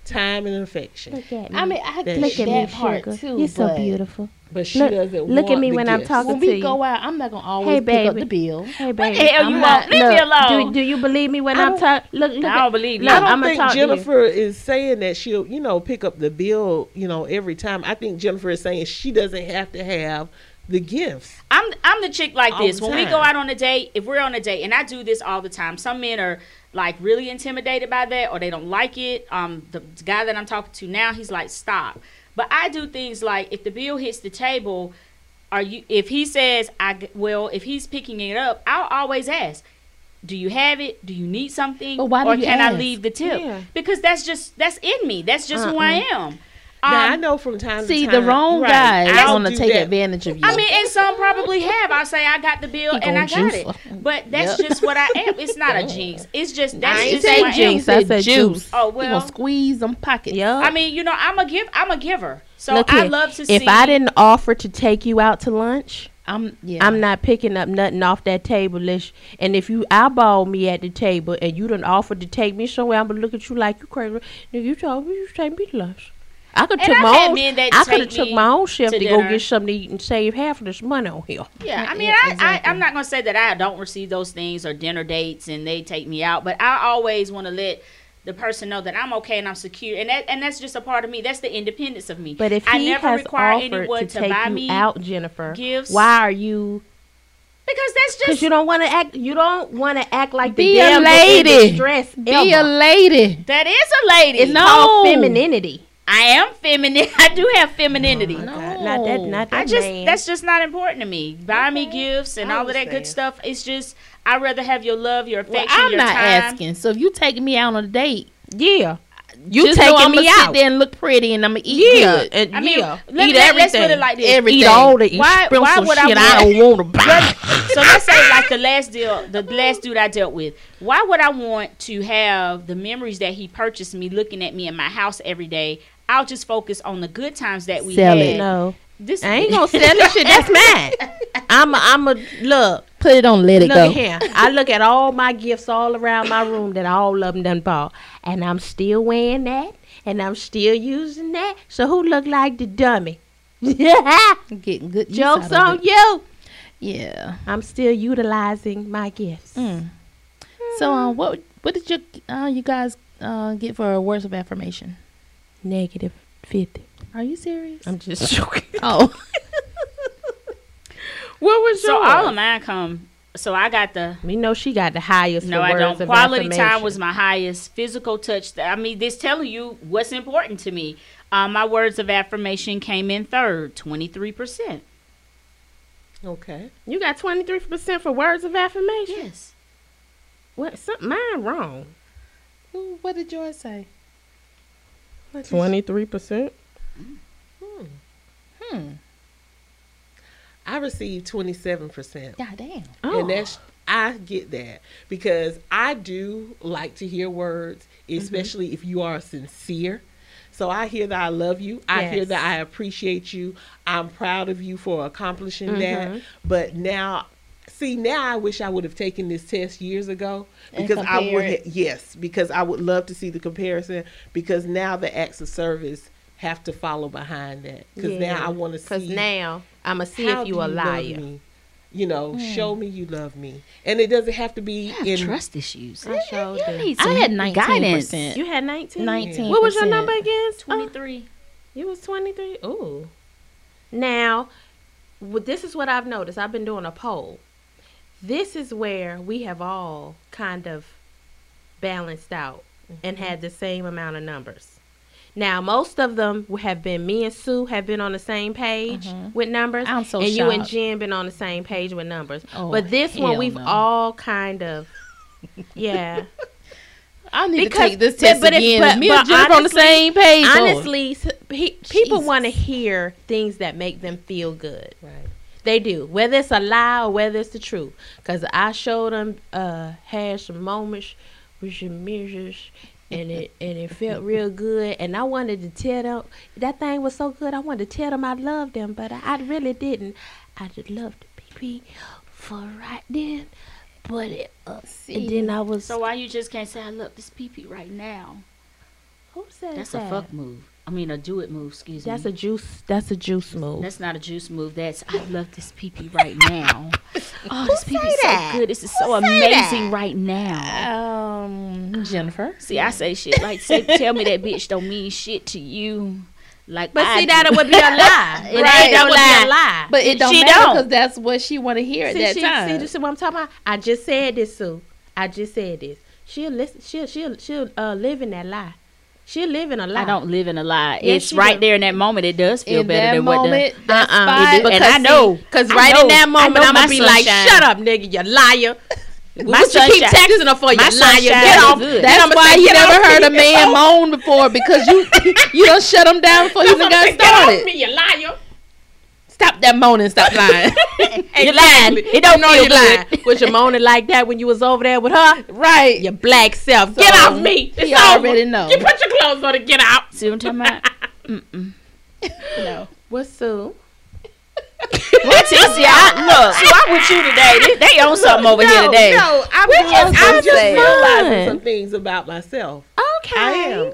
S4: time and affection.
S5: Look at me.
S2: I mean, I get
S4: That
S5: Look at
S2: that
S5: me,
S2: part
S5: sugar.
S2: too.
S5: You're so
S2: but
S5: beautiful.
S4: But she
S5: Look-
S4: doesn't.
S5: look at
S4: want
S5: me
S4: the
S5: when I'm
S4: gifts.
S5: talking-
S2: When
S5: to
S2: we
S5: you.
S2: go out, I'm not gonna always
S5: Hey,
S2: pick up
S5: baby.
S2: the bill.
S5: Hey, baby.
S3: hell you
S5: I'm
S3: want?
S5: not,
S3: Leave me
S5: look,
S3: alone.
S5: Do, do you believe me when I'm
S2: don't-
S5: talking? Look, look.
S3: I
S5: at-
S3: don't believe you.
S5: look,
S4: I don't
S5: I'ma
S4: think
S5: talk to you.
S4: Jennifer is saying that she'll, you know, pick up the bill, you know, every time. I think Jennifer is saying she doesn't have to have the gifts.
S3: I'm I'm the chick like
S4: All
S3: this.
S4: the
S3: When we
S4: time.
S3: go out on a date, if we're on a date, and I do this all the time. Some men are like really intimidated by that, or they don't like it. Um, the guy that I'm talking to now, he's like, stop. But I do things like if the bill hits the table, are you? If he says, I g- well, if he's picking it up, I'll always ask. Do you have it? Do you need something?
S2: But why do
S3: or
S2: you
S3: can I
S2: ask?
S3: leave the tip?
S4: Yeah.
S3: Because that's just that's in me. That's just who I am. Um,
S4: now I know from time
S2: See,
S4: to time.
S2: the wrong
S4: Right.
S2: guy is
S4: I'll
S2: gonna
S4: do
S2: take
S4: that.
S2: advantage of you.
S3: I mean, and some probably have. I say I got the bill
S2: He
S3: and I
S2: gonna
S3: got
S2: juice
S3: it, but that's just what I am. It's not a jinx. It's just that's
S2: I ain't
S3: just
S2: say
S3: who I am.
S2: jinx.
S5: I
S2: I
S5: said
S2: said
S5: juice.
S2: juice.
S3: Oh,
S2: He
S3: well.
S2: gonna squeeze them pockets.
S5: Yeah.
S3: I mean, you know, I'm a give. I'm a giver. So
S5: Look
S3: I
S5: here,
S3: love to see.
S5: If I didn't offer to take you out to lunch,
S2: I'm. Yeah.
S5: I'm not picking up nothing off that table. Lish. And if you eyeball me at the table and you done offered to take me somewhere, I'm gonna look at you like you crazy. Nigga, you told me you take me to lunch. I could
S3: And
S5: took
S3: I've
S5: my
S3: had
S5: own.
S3: men that
S5: I
S3: take
S5: could have took
S3: me
S5: my own shift
S3: to
S5: to, go
S3: dinner.
S5: get something to eat and save half of this money on here.
S3: Yeah, I mean,
S2: Yeah,
S3: I,
S2: exactly.
S3: I, I'm not gonna say that I don't receive those things or dinner dates and they take me out, but I always want to let the person know that I'm okay and I'm secure, and that and that's just a part of me. That's the independence of me.
S5: But if
S3: I
S5: he
S3: never
S5: has
S3: require
S5: offered
S3: anyone
S5: to,
S3: to
S5: take
S3: buy
S5: you
S3: me
S5: out, Jennifer,
S3: gifts.
S5: why are you?
S3: because that's
S5: Because
S3: just
S5: you don't want to act. You don't want to act like
S2: Be
S5: the
S2: a
S5: damn
S2: lady.
S5: Stress.
S2: Be a lady.
S3: that is a lady.
S5: It's
S2: No.
S5: called femininity.
S3: I am feminine. I do have femininity.
S5: God, not that. Not that
S3: I just
S5: man.
S3: that's just not important to me. Buy me gifts and
S4: I
S3: all of that good
S4: understand.
S3: stuff. It's just I'd rather have your love, your
S2: Well,
S3: affection,
S2: I'm
S3: your
S2: not
S3: time.
S2: asking. So if you take me out on a date,
S5: yeah. You
S2: just know
S5: taking
S2: I'ma
S5: me
S2: sit
S5: out?
S2: there and look pretty, and I'm gonna eat
S5: yeah.
S2: good.
S5: And,
S3: I mean,
S5: yeah.
S3: let,
S2: Eat
S3: let, let's put
S2: everything.
S3: it like this.
S2: Everything.
S5: Eat all the
S3: Why-
S5: shrimp
S3: why
S5: some
S3: would I
S5: shit
S3: want-
S5: don't want to buy.
S3: so let's say like the last deal, the last dude I dealt with. Why would I want to have the memories that he purchased me looking at me in my house every day? I'll just focus on the good times that we
S2: Sell
S3: had.
S2: it.
S5: No,
S3: This
S5: I ain't gonna sell this shit. That's mine. I'm a, I'm a look.
S2: Put it on. Let it
S5: Look
S2: go.
S5: at him. I look at all my gifts all around my room that all of them done bought, and I'm still wearing that, and I'm still using that. So who look like the dummy?
S2: I'm getting good use
S5: Jokes
S2: out of
S5: on
S2: it.
S5: you.
S2: Yeah.
S5: I'm still utilizing my gifts.
S2: Mm. So um, what what did you uh, you guys uh, get for words of affirmation?
S5: Negative fifty.
S2: Are you serious?
S5: I'm just joking.
S2: oh,
S5: What was
S3: so all of mine come. So I got the
S5: We know she got the highest.
S3: No,
S5: for
S3: I
S5: words
S3: don't.
S5: of
S3: Quality time
S5: affirmation.
S3: was my highest. Physical touch. th- I mean, this telling you what's important to me. Uh, my words of affirmation came in third, twenty three percent.
S4: Okay.
S5: You got twenty three percent for words of affirmation.
S3: Yes.
S5: What? Something mine wrong.
S2: Well, what did yours say?
S5: Twenty three percent.
S2: Hmm.
S4: I received twenty seven percent.
S2: God damn.
S5: Oh,
S4: And that's I get that because I do like to hear words,
S5: Mm-hmm.
S4: especially if you are sincere. So I hear that I love you. I hear
S5: Yes.
S4: that I appreciate you. I'm proud of you for accomplishing
S5: Mm-hmm.
S4: that. But now see now I wish I would have taken this test years ago
S2: And
S4: because I
S2: compare
S4: would
S2: it.
S4: ha- yes, because I would love to see the comparison because now the acts of service have to follow behind that because
S5: Yeah.
S4: now I want to see
S5: Cause now I'ma see
S4: how
S5: if you
S4: do
S5: a liar. Hmm.
S4: love me? You know, show me you love me, and it doesn't have to be in.
S3: issues.
S5: I showed you.
S2: I had nineteen percent.
S5: You had nineteen.
S2: Nineteen.
S5: What was your number again? Uh,
S3: Twenty three.
S5: You was 23. Ooh. Now, wh- this is what I've noticed. I've been doing a poll. This is where we have all kind of balanced out
S2: Mm-hmm.
S5: and had the same amount of numbers. Now, most of them w- have been me and Sue have been on the same page with numbers.
S2: Mm-hmm. I'm so
S5: and you and
S2: shocked.
S5: Jen been on the same page with numbers.
S2: Oh,
S5: but this one
S2: hell
S5: we've
S2: no.
S5: all kind of yeah.
S2: I need
S5: Because-
S2: to take this
S5: but-
S2: test
S5: but it-
S2: again.
S5: but-
S2: Me
S5: but
S2: and Jennifer on the
S5: honestly-
S2: same page.
S5: honestly, s- pe- people
S2: Jesus.
S5: want to hear things that make them feel good.
S4: Right.
S5: They do, whether it's a lie or whether it's the truth. Cause I showed them uh, had some moments with some measures, and it and it felt real good. And I wanted to tell them that thing was so good. I wanted to tell them I loved them, but I, I really didn't. I just loved the baby for right then, but it, uh, and then I was
S3: So why you just can't say I love this peepee right now?
S5: Who said
S3: That's
S5: that?
S3: a fuck move. I mean, a do it move. Excuse
S5: That's
S3: me.
S5: a juice. That's a juice move.
S3: That's not a juice move. That's I love this peepee right now. oh, this peepee is so good. This is so amazing right now.
S2: Um, Jennifer.
S3: See, I say shit like, say, tell me that bitch don't mean shit to you. Like,
S7: But
S3: I
S7: see,
S3: do.
S7: that would be a lie. It
S2: Right.
S7: ain't that would be a lie.
S2: But it don't
S3: She
S2: matter
S3: don't.
S2: because that's what she want to hear at
S5: see,
S2: that
S5: she,
S2: time.
S5: See, you see what I'm talking about? I just said this, Sue. I just said this. She'll listen. She'll she'll she'll uh, live in that lie. She'll live in a lie.
S3: I don't live in a lie.
S5: Yes,
S3: it's
S5: you
S3: right
S5: do.
S3: there in that moment. It does feel
S2: in
S3: better
S2: that
S3: than what the.
S2: moment, that
S5: Uh-uh.
S2: spot-
S5: It do-
S3: And I know.
S5: because
S3: I
S5: right in
S3: know.
S5: that
S3: I
S5: moment,
S3: know
S5: I'm
S3: my
S5: gonna be like,
S3: sunshine.
S5: "Shut up, nigga, you liar."
S3: my
S5: But you keep
S3: sunshine-
S5: texting her for
S3: my
S5: your liar.
S3: sunshine
S5: Get
S3: is
S5: off.
S3: good.
S5: Then
S2: That's
S5: I'ma
S2: why
S5: say,
S2: you
S5: "Get
S2: never
S5: off
S2: heard a
S5: me, get
S2: man
S5: off
S2: moan before because you you don't shut him down before he even got started.
S5: me, you liar."
S2: Stop that moaning. Stop lying.
S5: You're lying. It don't know you're lying. Was you moaning like that when you was over there with her?
S2: right.
S5: Your black self. get
S2: So,
S5: off me. It's
S2: He
S5: over.
S2: already know.
S5: You put your clothes on and get out.
S3: See what I'm talking about?
S2: No.
S5: What's Sue?
S3: What's this? See, I, look, so I'm with you today. They, they on something over here today.
S4: No, I'm just, I'm just realizing some things about myself.
S5: Okay.
S4: I am.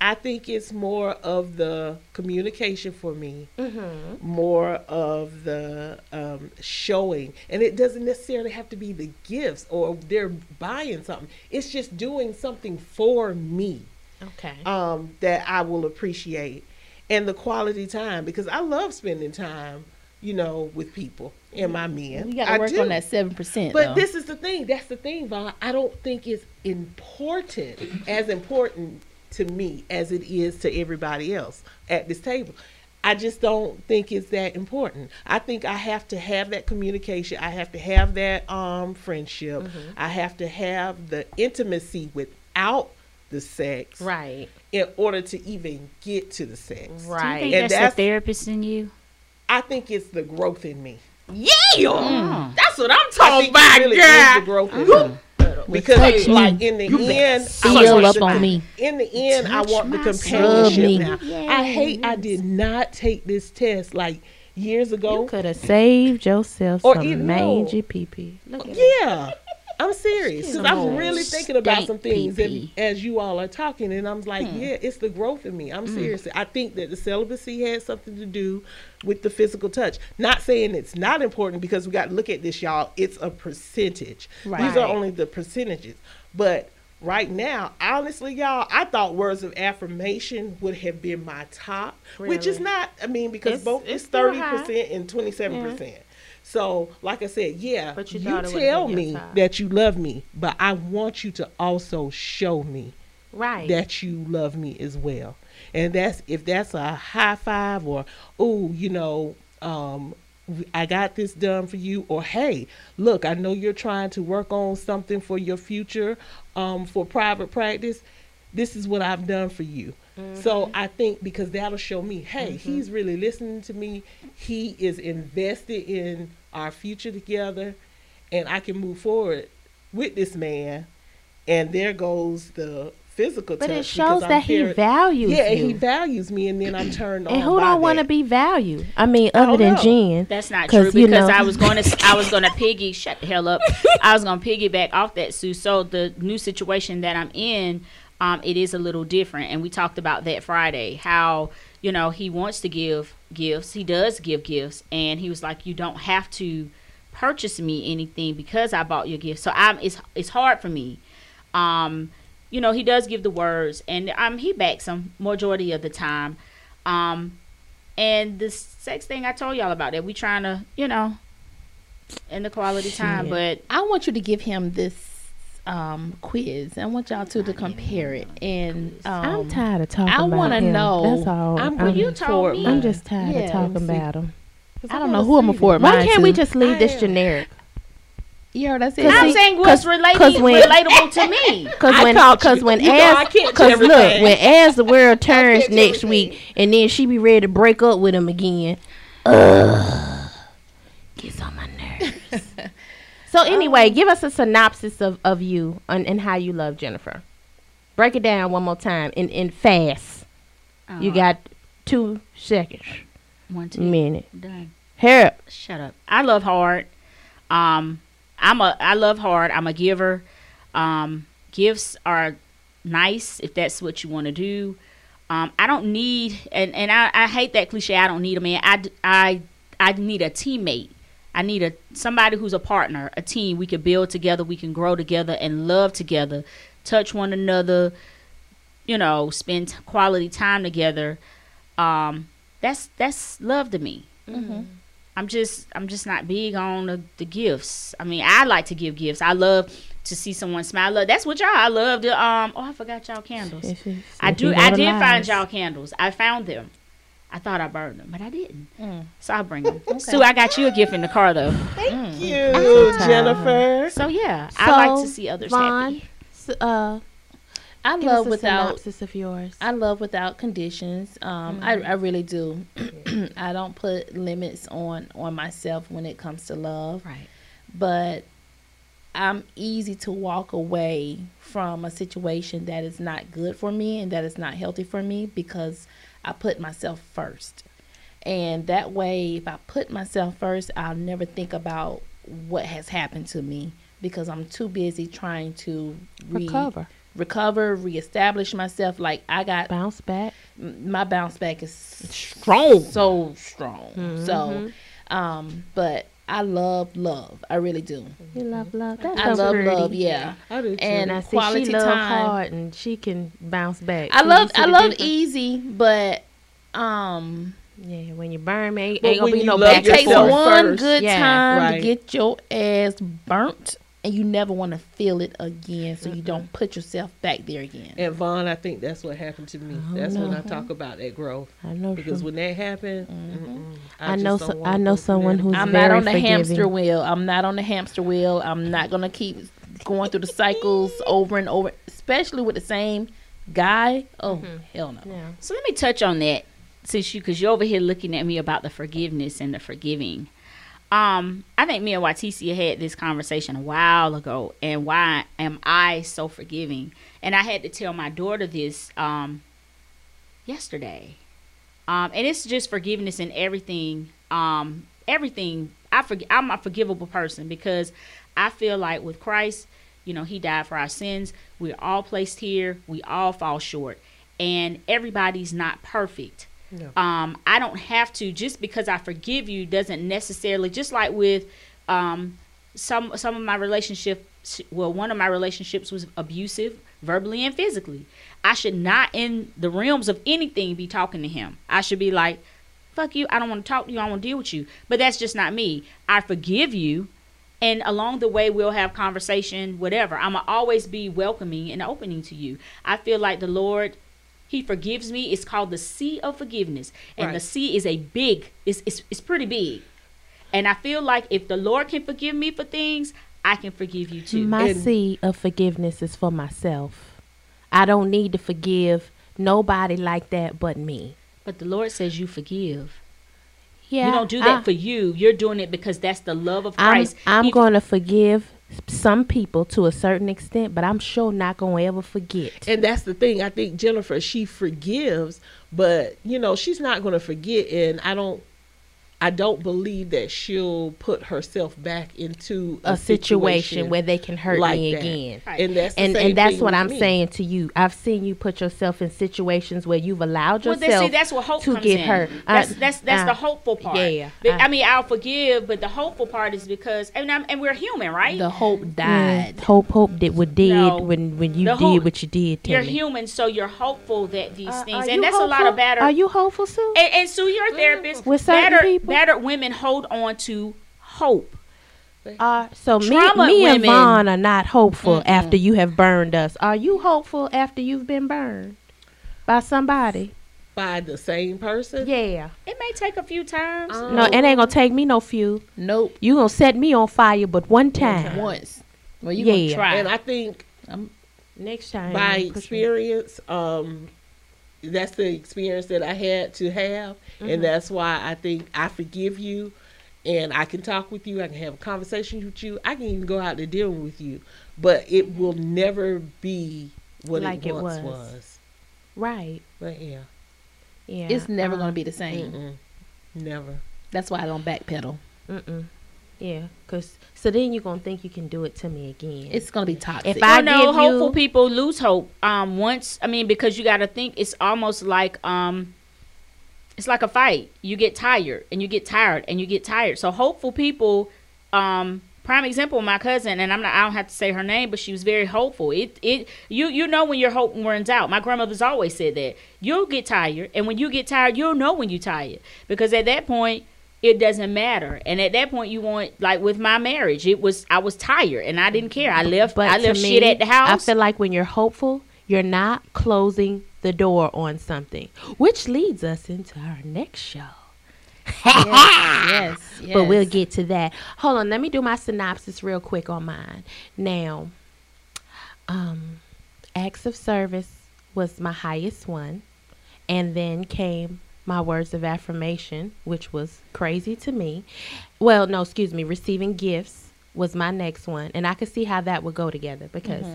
S4: I think it's more of the communication for me,
S5: Mm-hmm.
S4: more of the um, showing, and it doesn't necessarily have to be the gifts or they're buying something. It's just doing something for me
S5: Okay.
S4: um, that I will appreciate, and the quality time because I love spending time, you know, with people and my men.
S2: We got
S4: I
S2: to work
S4: do.
S2: on that seven percent.
S4: But this is the thing. That's the thing, Vaughn. I don't think it's important as important to me as it is to everybody else at this table. I just don't think it's that important. I think I have to have that communication. I have to have that um friendship.
S2: Mm-hmm.
S4: I have to have the intimacy without the sex
S5: Right.
S4: in order to even get to the sex.
S5: Right.
S3: think
S4: And
S3: that's,
S4: that's-
S3: the therapist in you?
S4: I think it's the growth in me.
S5: Yeah.
S3: Mm.
S5: That's what I'm
S4: I
S5: talking
S4: think it
S5: about,
S4: really is
S5: girl.
S4: the growth in me. Because like in the end, I
S2: seal
S4: want
S2: up
S4: the-
S2: on me.
S4: In the end, I want the
S2: Love me.
S4: companionship. Now, I hate I did not take this test like years
S5: You
S4: ago.
S5: could have saved yourself
S4: Or
S5: some
S4: even-
S5: mangy pee pee. Look at that.
S4: Yeah, I'm serious because I'm really thinking about some things and,
S3: pee-pee.
S4: as you all are talking, and I'm like,
S5: Hmm.
S4: yeah, it's the growth in me. I'm serious. I think that the celibacy had something to do with the physical touch. Not saying it's not important because we got to look at this, y'all. It's a percentage. These are
S5: Right.
S4: only the percentages, but. Right now, honestly, y'all, I thought words of affirmation would have been my top, which is
S5: Really?
S4: not. I mean, because
S5: It's-
S4: both
S5: it's
S4: it's
S5: still
S4: thirty
S5: high.
S4: percent and twenty seven percent. So, like I said, yeah,
S5: But you
S4: you,
S5: thought it would've
S4: tell
S5: been your
S4: me
S5: time.
S4: that you love me, but I want you to also show me
S5: Right.
S4: that you love me as well. And that's if that's a high five or oh, you know, um I got this done for you or hey, look, I know you're trying to work on something for your future um for private practice. This is what I've done for you. So I think because that'll show me, hey, he's really listening to me. He is invested in our future together and I can move forward with this man and there goes the physical
S5: But
S4: touch
S5: it
S4: because
S5: shows
S4: I'm
S5: that he
S4: very-
S5: values
S4: yeah and
S5: you.
S4: he values me and then i'm turned on
S5: and who
S4: by
S5: don't want to
S4: that.
S5: be valued? I mean, other
S4: don't
S5: than
S4: know.
S5: Jen.
S3: That's not
S5: 'Cause
S3: true
S5: you
S3: because
S5: know-
S3: I was going to I was going to piggy shut the hell up. I was going to piggyback off that Sue. So the new situation that I'm in, um, it is a little different, and we talked about that Friday. How you know he wants to give gifts, he does give gifts, and he was like, you don't have to purchase me anything because I bought your gift. So I'm it's it's hard for me. Um, you know he does give the words, and um he backs them majority of the time. Um, and the sex thing I told y'all about that we trying to, you know, in the quality time, but
S2: I want you to give him this um, quiz. I want y'all two to compare it. And um,
S5: I'm tired of talking
S2: I
S5: about
S2: wanna
S5: him.
S2: know.
S5: That's all.
S4: I'm-
S5: I'm,
S4: well,
S3: you
S5: I'm,
S3: told me.
S5: just tired
S2: Yeah,
S5: of
S2: let
S5: talking
S2: me see.
S5: about him.
S2: I don't know who I'm afford
S5: Why
S2: mine
S5: can't
S2: to.
S5: we just leave this
S4: I-
S5: generic?
S2: You heard I said.
S5: Cause
S3: I'm
S5: he-
S3: saying what's relating,
S5: 'cause when-
S3: relatable to me.
S5: Cause
S4: I
S5: when,
S4: caught
S5: cause
S4: you.
S5: when,
S4: You know I
S5: as,
S4: catch
S5: cause look,
S4: everything.
S5: when as the world turns
S4: catch
S5: next
S4: everything.
S5: week, and then she be ready to break up with him again. Ugh, gets on my nerves. so
S4: Oh.
S5: anyway, give us a synopsis of of you and, and how you love Jennifer. Break it down one more time and and fast. You
S4: Uh-huh.
S3: Uh,
S5: got two seconds,
S3: one, two,
S5: minute.
S3: done.
S5: Hair.
S3: Shut up. I love hard. Um, I'm a I love hard. I'm a giver. Um, gifts are nice if that's what you want to do. Um, I don't need, and, and I, I hate that cliche. I don't need a man. I, d- I, I need a teammate. I need a somebody who's a partner, a team. We can build together. We can grow together and love together, touch one another. You know, spend quality time together. Um, that's that's love to me.
S5: Mm-hmm.
S3: I'm just I'm just not big on the, the gifts. I mean, I like to give gifts. I love to see someone smile. I love- That's what y'all. I love the um. Oh, I forgot y'all candles. I do. I did find y'all candles. I found them. I thought I burned them, but I didn't.
S5: Mm.
S3: So I'll bring them. Sue, I got you a gift in the car though.
S4: Thank you, Jennifer.
S3: So yeah, I like
S5: So,
S3: to see others
S5: Vaughn,
S3: happy.
S5: s- uh,
S2: I
S5: give
S2: love
S5: us a
S2: without
S5: synopsis of yours.
S2: I love without conditions. Um, I, I really do. I don't put limits on on myself when it comes to love.
S7: Right.
S2: But I'm easy to walk away from a situation that is not good for me and that is not healthy for me because I put myself first. And that way, if I put myself first, I'll never think about what has happened to me because I'm too busy trying to re-
S5: recover,
S2: recover, reestablish myself. Like I got
S5: bounce back.
S2: m- my bounce back is
S7: Strong.
S2: so strong.
S5: Mm-hmm.
S2: So, um, but I love love. I really do.
S5: You love love. That's
S2: I
S5: so
S2: love
S5: pretty.
S2: love. Yeah.
S4: I do too.
S2: And
S5: And I
S2: I
S5: see
S2: quality
S5: she love
S2: time.
S5: hard and she can bounce back.
S2: I
S5: See,
S2: love
S5: you see
S2: I
S5: the
S2: love E.
S5: difference?
S2: easy, but um,
S5: Yeah, when you burn me, ain't,
S4: But
S5: ain't gonna
S4: when
S5: be
S4: you
S5: no
S4: love
S5: back
S2: it
S4: your
S5: and
S2: takes
S4: yourself
S5: forth.
S2: one
S4: first.
S2: good
S5: Yeah,
S2: time
S4: right.
S2: to get your ass burnt. And you never want to feel it again, so
S5: Mm-hmm.
S2: you don't put yourself back there again.
S4: And Vaughn, I think that's what happened to me.
S5: Oh,
S4: That's when I talk about that growth.
S5: I know.
S4: Because
S5: some-
S4: when that happened, mm-mm, I,
S5: Mm-hmm. I
S4: just don't
S5: know. So,
S4: wanna
S5: I
S4: go
S5: know
S4: through
S5: someone
S4: that.
S5: who's
S2: I'm
S5: very
S2: not on the
S5: forgiving.
S2: hamster wheel. I'm not on the hamster wheel. I'm not gonna keep going through the cycles over and over, especially with the same guy. Oh
S4: Mm-hmm.
S2: hell no!
S5: Yeah.
S3: So let me touch on that since you, because you're over here looking at me about the forgiveness and the forgiving. Um, I think me and Waticia had this conversation a while ago, and why am I so forgiving? And I had to tell my daughter this um, yesterday. Um, and it's just forgiveness and everything. Um, everything. I forg I'm a forgivable person because I feel like with Christ, you know, He died for our sins. We're all placed here. We all fall short, and everybody's not perfect. Um, I don't have to just because I forgive you doesn't necessarily. Just like with um, some some of my relationship, well, one of my relationships was abusive, verbally and physically. I should not, in the realms of anything, be talking to him. I should be like, fuck you. I don't want to talk to you. I don't want to deal with you. But that's just not me. I forgive you. And along the way, we'll have conversation, whatever. I'm going to always be welcoming and opening to you. I feel like the Lord, He forgives me. It's called the sea of forgiveness. And the
S4: Right.
S3: sea is a big, it's, it's, it's pretty big. And I feel like if the Lord can forgive me for things, I can forgive you too.
S5: My
S4: And-
S5: seed of forgiveness is for myself. I don't need to forgive nobody like that but me.
S3: but the Lord says you forgive.
S5: Yeah,
S3: you don't do that
S5: I-
S3: for you. You're doing it because that's the love of
S5: I'm,
S3: Christ.
S5: I'm
S3: He-
S5: going to forgive some people to a certain extent, but I'm sure not going to ever forget.
S4: And that's the thing. I think Jennifer, she forgives, but you know, she's not going to forget. And I don't, I don't believe that she'll put herself back into
S5: A situation where they can hurt
S4: like
S5: me
S4: that.
S5: again.
S4: And that's the
S5: And
S4: same
S5: and that's
S4: thing
S5: what
S4: with
S5: I'm
S4: me.
S5: saying to you. I've seen you put yourself in situations where you've allowed
S3: Well,
S5: yourself
S3: then, see, that's what hope
S5: to
S3: comes
S5: get
S3: in.
S5: hurt.
S3: That's
S5: I-
S3: that's that's
S5: I-
S3: the hopeful part.
S5: yeah, yeah.
S3: Be-
S5: I-
S3: I, mean, I'll forgive, but the hopeful part is because and I'm, and we're human, right?
S2: The hope
S5: Yeah.
S2: died.
S5: mm, Hope, hope that what did
S3: No.
S5: when when you
S3: The
S5: did
S3: whole-
S5: what you did to
S3: you're
S5: me.
S3: human, so you're hopeful that these
S5: Uh,
S3: things,
S5: are
S3: and
S5: you
S3: that's a lot
S5: hopeful?
S3: of batter.
S5: Are you hopeful, Sue?
S3: and, and Sue, you're a therapist.
S5: With certain
S3: battered,
S5: people?
S3: battered women hold on to hope.
S5: Are Uh, so me,
S3: Trauma
S5: me and
S3: women-
S5: Vaughn are not hopeful after you have burned us. Are you hopeful after you've been burned by somebody?
S4: by the same person.
S5: Yeah.
S3: It may take a few times.
S5: No, it ain't gonna take me no few.
S2: Nope.
S5: You gonna set me on fire, but one time.
S2: Once. Well, you
S5: Yeah.
S2: gonna try.
S4: And I think
S5: Next time.
S4: by
S5: push me.
S4: experience, um, that's the experience that I had to have,
S5: Mm-hmm.
S4: and that's why I think I forgive you, and I can talk with you, I can have conversations with you, I can even go out to dinner with you, but it will never be what
S5: Like
S4: it
S5: it
S4: once
S5: was.
S4: was.
S5: Right.
S4: But yeah,
S5: Yeah.
S2: it's never
S5: uh,
S4: Mm-hmm.
S2: gonna be the same.
S4: mm-mm, never.
S2: That's why I don't backpedal.
S5: Mm-mm. Yeah, cause so then you're gonna think you can do it to me again.
S2: It's gonna be toxic.
S5: If I
S3: I know
S5: give
S3: hopeful
S5: you-
S3: people lose hope. Um, once I mean, because you got to think it's almost like um, it's like a fight. You get tired and you get tired and you get tired. So hopeful people, um, prime example, my cousin and I'm not. I don't have to say her name, but she was very hopeful. It it you you know when your hope runs out. My grandmother's always said that you'll get tired, and when you get tired, you'll know when you're tired because at that point it doesn't matter. And at that point, you want like with my marriage, it was I was tired and I didn't care. I left.
S5: but
S3: I
S5: to
S3: left
S5: me,
S3: shit at the house.
S5: I feel like when you're hopeful, you're not closing the door on something, which leads us into our next show.
S2: yes, yes.
S5: But we'll get to that. Hold on, let me do my synopsis real quick on mine. Now, um, acts of service was my highest one, and then came my words of affirmation, which was crazy to me. Well, no, excuse me, receiving gifts was my next one, and I could see how that would go together because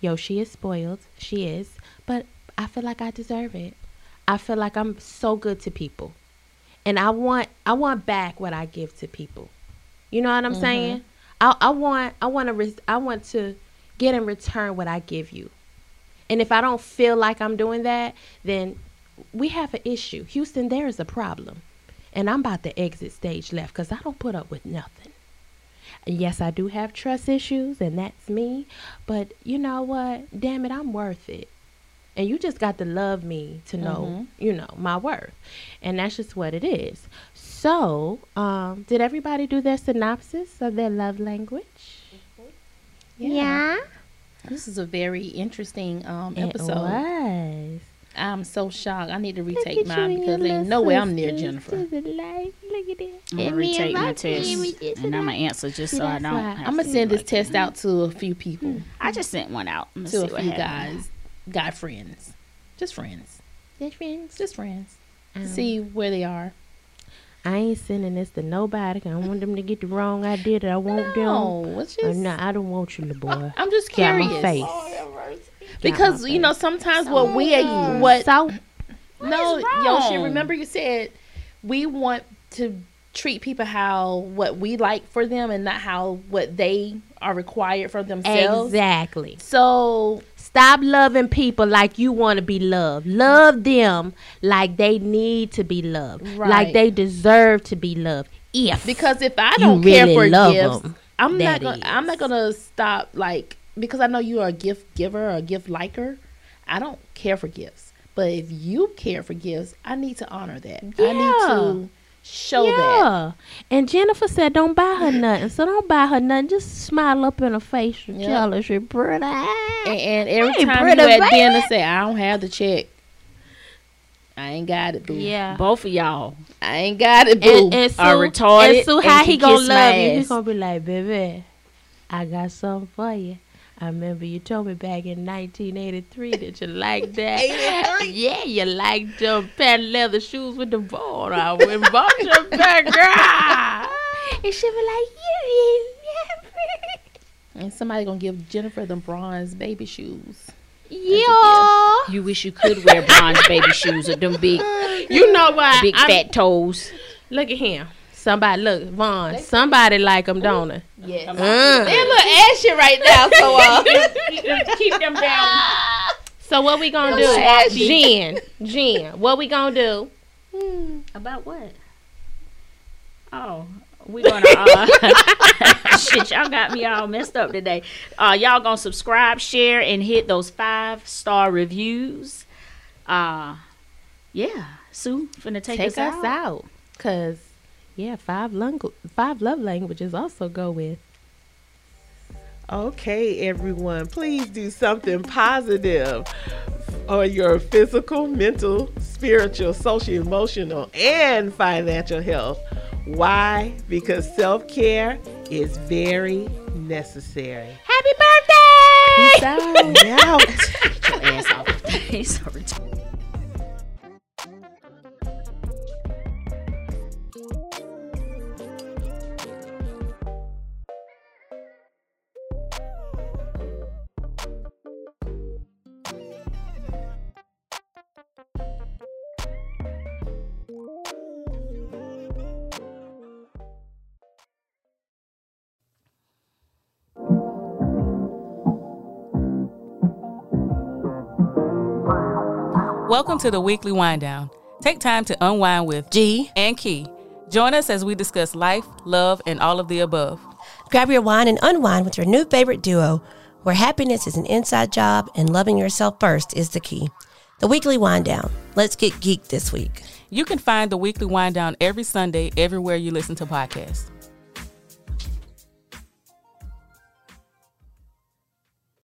S5: yo, she is spoiled, she is, but I feel like I deserve it. I feel like I'm so good to people and I want I want back what I give to people. You know what I'm saying? I, I want I want to re- I want to get in return what I give you. And if I don't feel like I'm doing that, then we have an issue. Houston, there is a problem. And I'm about to exit stage left cuz I don't put up with nothing. And yes, I do have trust issues and that's me, but you know what? Damn it, I'm worth it. And you just got to love me to know, you know, my worth. And that's just what it is. So, um, did everybody do their synopsis of their love language? Yeah.
S2: This is a very interesting um,
S5: It
S2: episode.
S5: was.
S2: I'm so shocked. I need to
S5: Look
S2: retake
S5: at you
S2: mine
S5: and
S2: because
S5: your
S2: ain't no
S5: little
S2: way I'm near
S5: sisters
S2: Jennifer.
S5: to the light. Look at that.
S3: I'm gonna
S5: And me and
S3: retake my
S5: my
S3: test,
S5: team, we did
S3: and I'm gonna answer just
S5: See,
S3: so I
S5: that's
S3: don't.
S5: why
S2: I'm gonna send this test out to a few people,
S3: I just sent one out I'ma
S2: to a
S3: see what
S2: few
S3: happens.
S2: guys, guy friends, just friends,
S5: They're friends.
S2: just friends.
S5: Um,
S2: See where they are.
S5: I ain't sending this to nobody. 'cause I want them to get the wrong idea that I want
S2: No, it's
S5: them. Or
S2: just.
S5: no, I don't want you, little boy.
S2: I'm just
S5: Get out
S2: curious
S5: my face.
S2: because you know sometimes what we what
S5: So
S2: no
S3: is
S2: Yoshi
S3: wrong?
S2: remember you said we want to treat people how what we like for them and not how what they are required for themselves.
S5: exactly.
S2: So
S5: Stop loving people like you want to be loved. Love them like they need to be loved,
S2: Right.
S5: like they deserve to be loved. If
S2: because if I
S5: You
S2: don't care
S5: really
S2: for
S5: love
S2: gifts,
S5: 'em.
S2: I'm not
S5: That
S2: gonna
S5: is.
S2: I'm not gonna stop like because I know you are a gift giver or a gift liker. I don't care for gifts. But if you care for gifts, I need to honor that. I need
S5: Yeah.
S2: to show that.
S5: yeah. And Jennifer said, "Don't buy her nothing." So don't buy her nothing. Just smile up in her face with
S2: Yep.
S5: jealousy, brother.
S2: And, and every
S5: Hey,
S2: time
S5: brother,
S2: you at
S5: baby.
S2: dinner say, I don't have the check. I ain't got it, boo.
S5: Yeah.
S3: Both of y'all
S2: I ain't got it, boo.
S5: And, and Sue,
S3: are retarded.
S5: And Sue, how
S3: and
S5: he
S3: can
S5: gonna
S3: kiss
S5: love
S3: my
S5: you? He
S3: ass.
S5: gonna be like, "Baby, I got something for you." I remember you told me back in 1983 that you liked that.
S4: 83?
S5: Yeah, you liked your patent leather shoes with the ball. I went and bought your back, girl. And she be like, you
S2: and somebody gonna give Jennifer the bronze baby shoes.
S5: Yeah.
S3: You wish you could wear bronze baby shoes or them big,
S5: You know why?
S3: big
S5: I'm-
S3: fat toes.
S5: Look at him. Somebody, look, Vaughn. Somebody like him, don't it?
S2: Yes.
S5: Uh.
S2: They're a little ashy right now, so uh,
S3: Keep them, keep them down.
S5: So what we gonna do? Jen, Jen, what we gonna do?
S3: About what? Oh, we gonna uh, shit. Y'all got me all messed up today. Uh, y'all gonna subscribe, share, and hit those five star reviews. Uh, yeah, Sue finna take,
S5: Take us out. Cause yeah, five langu- five love languages also go with
S4: Okay, everyone, please do something positive for your physical, mental, spiritual, social, emotional, and financial health. Why? Because self care is very necessary.
S5: Happy birthday!
S4: Now,
S3: Get your ass off. He's so retarded. Welcome to the weekly wind down. Take time to unwind with
S9: G,
S3: and Key. Join us as we discuss life, love, and all of the above.
S10: Grab your wine and unwind with your new favorite duo, where happiness is an inside job and loving yourself first is the key. The weekly wind down. Let's get geek this week.
S3: You can find the weekly wind down every Sunday everywhere you listen to podcasts.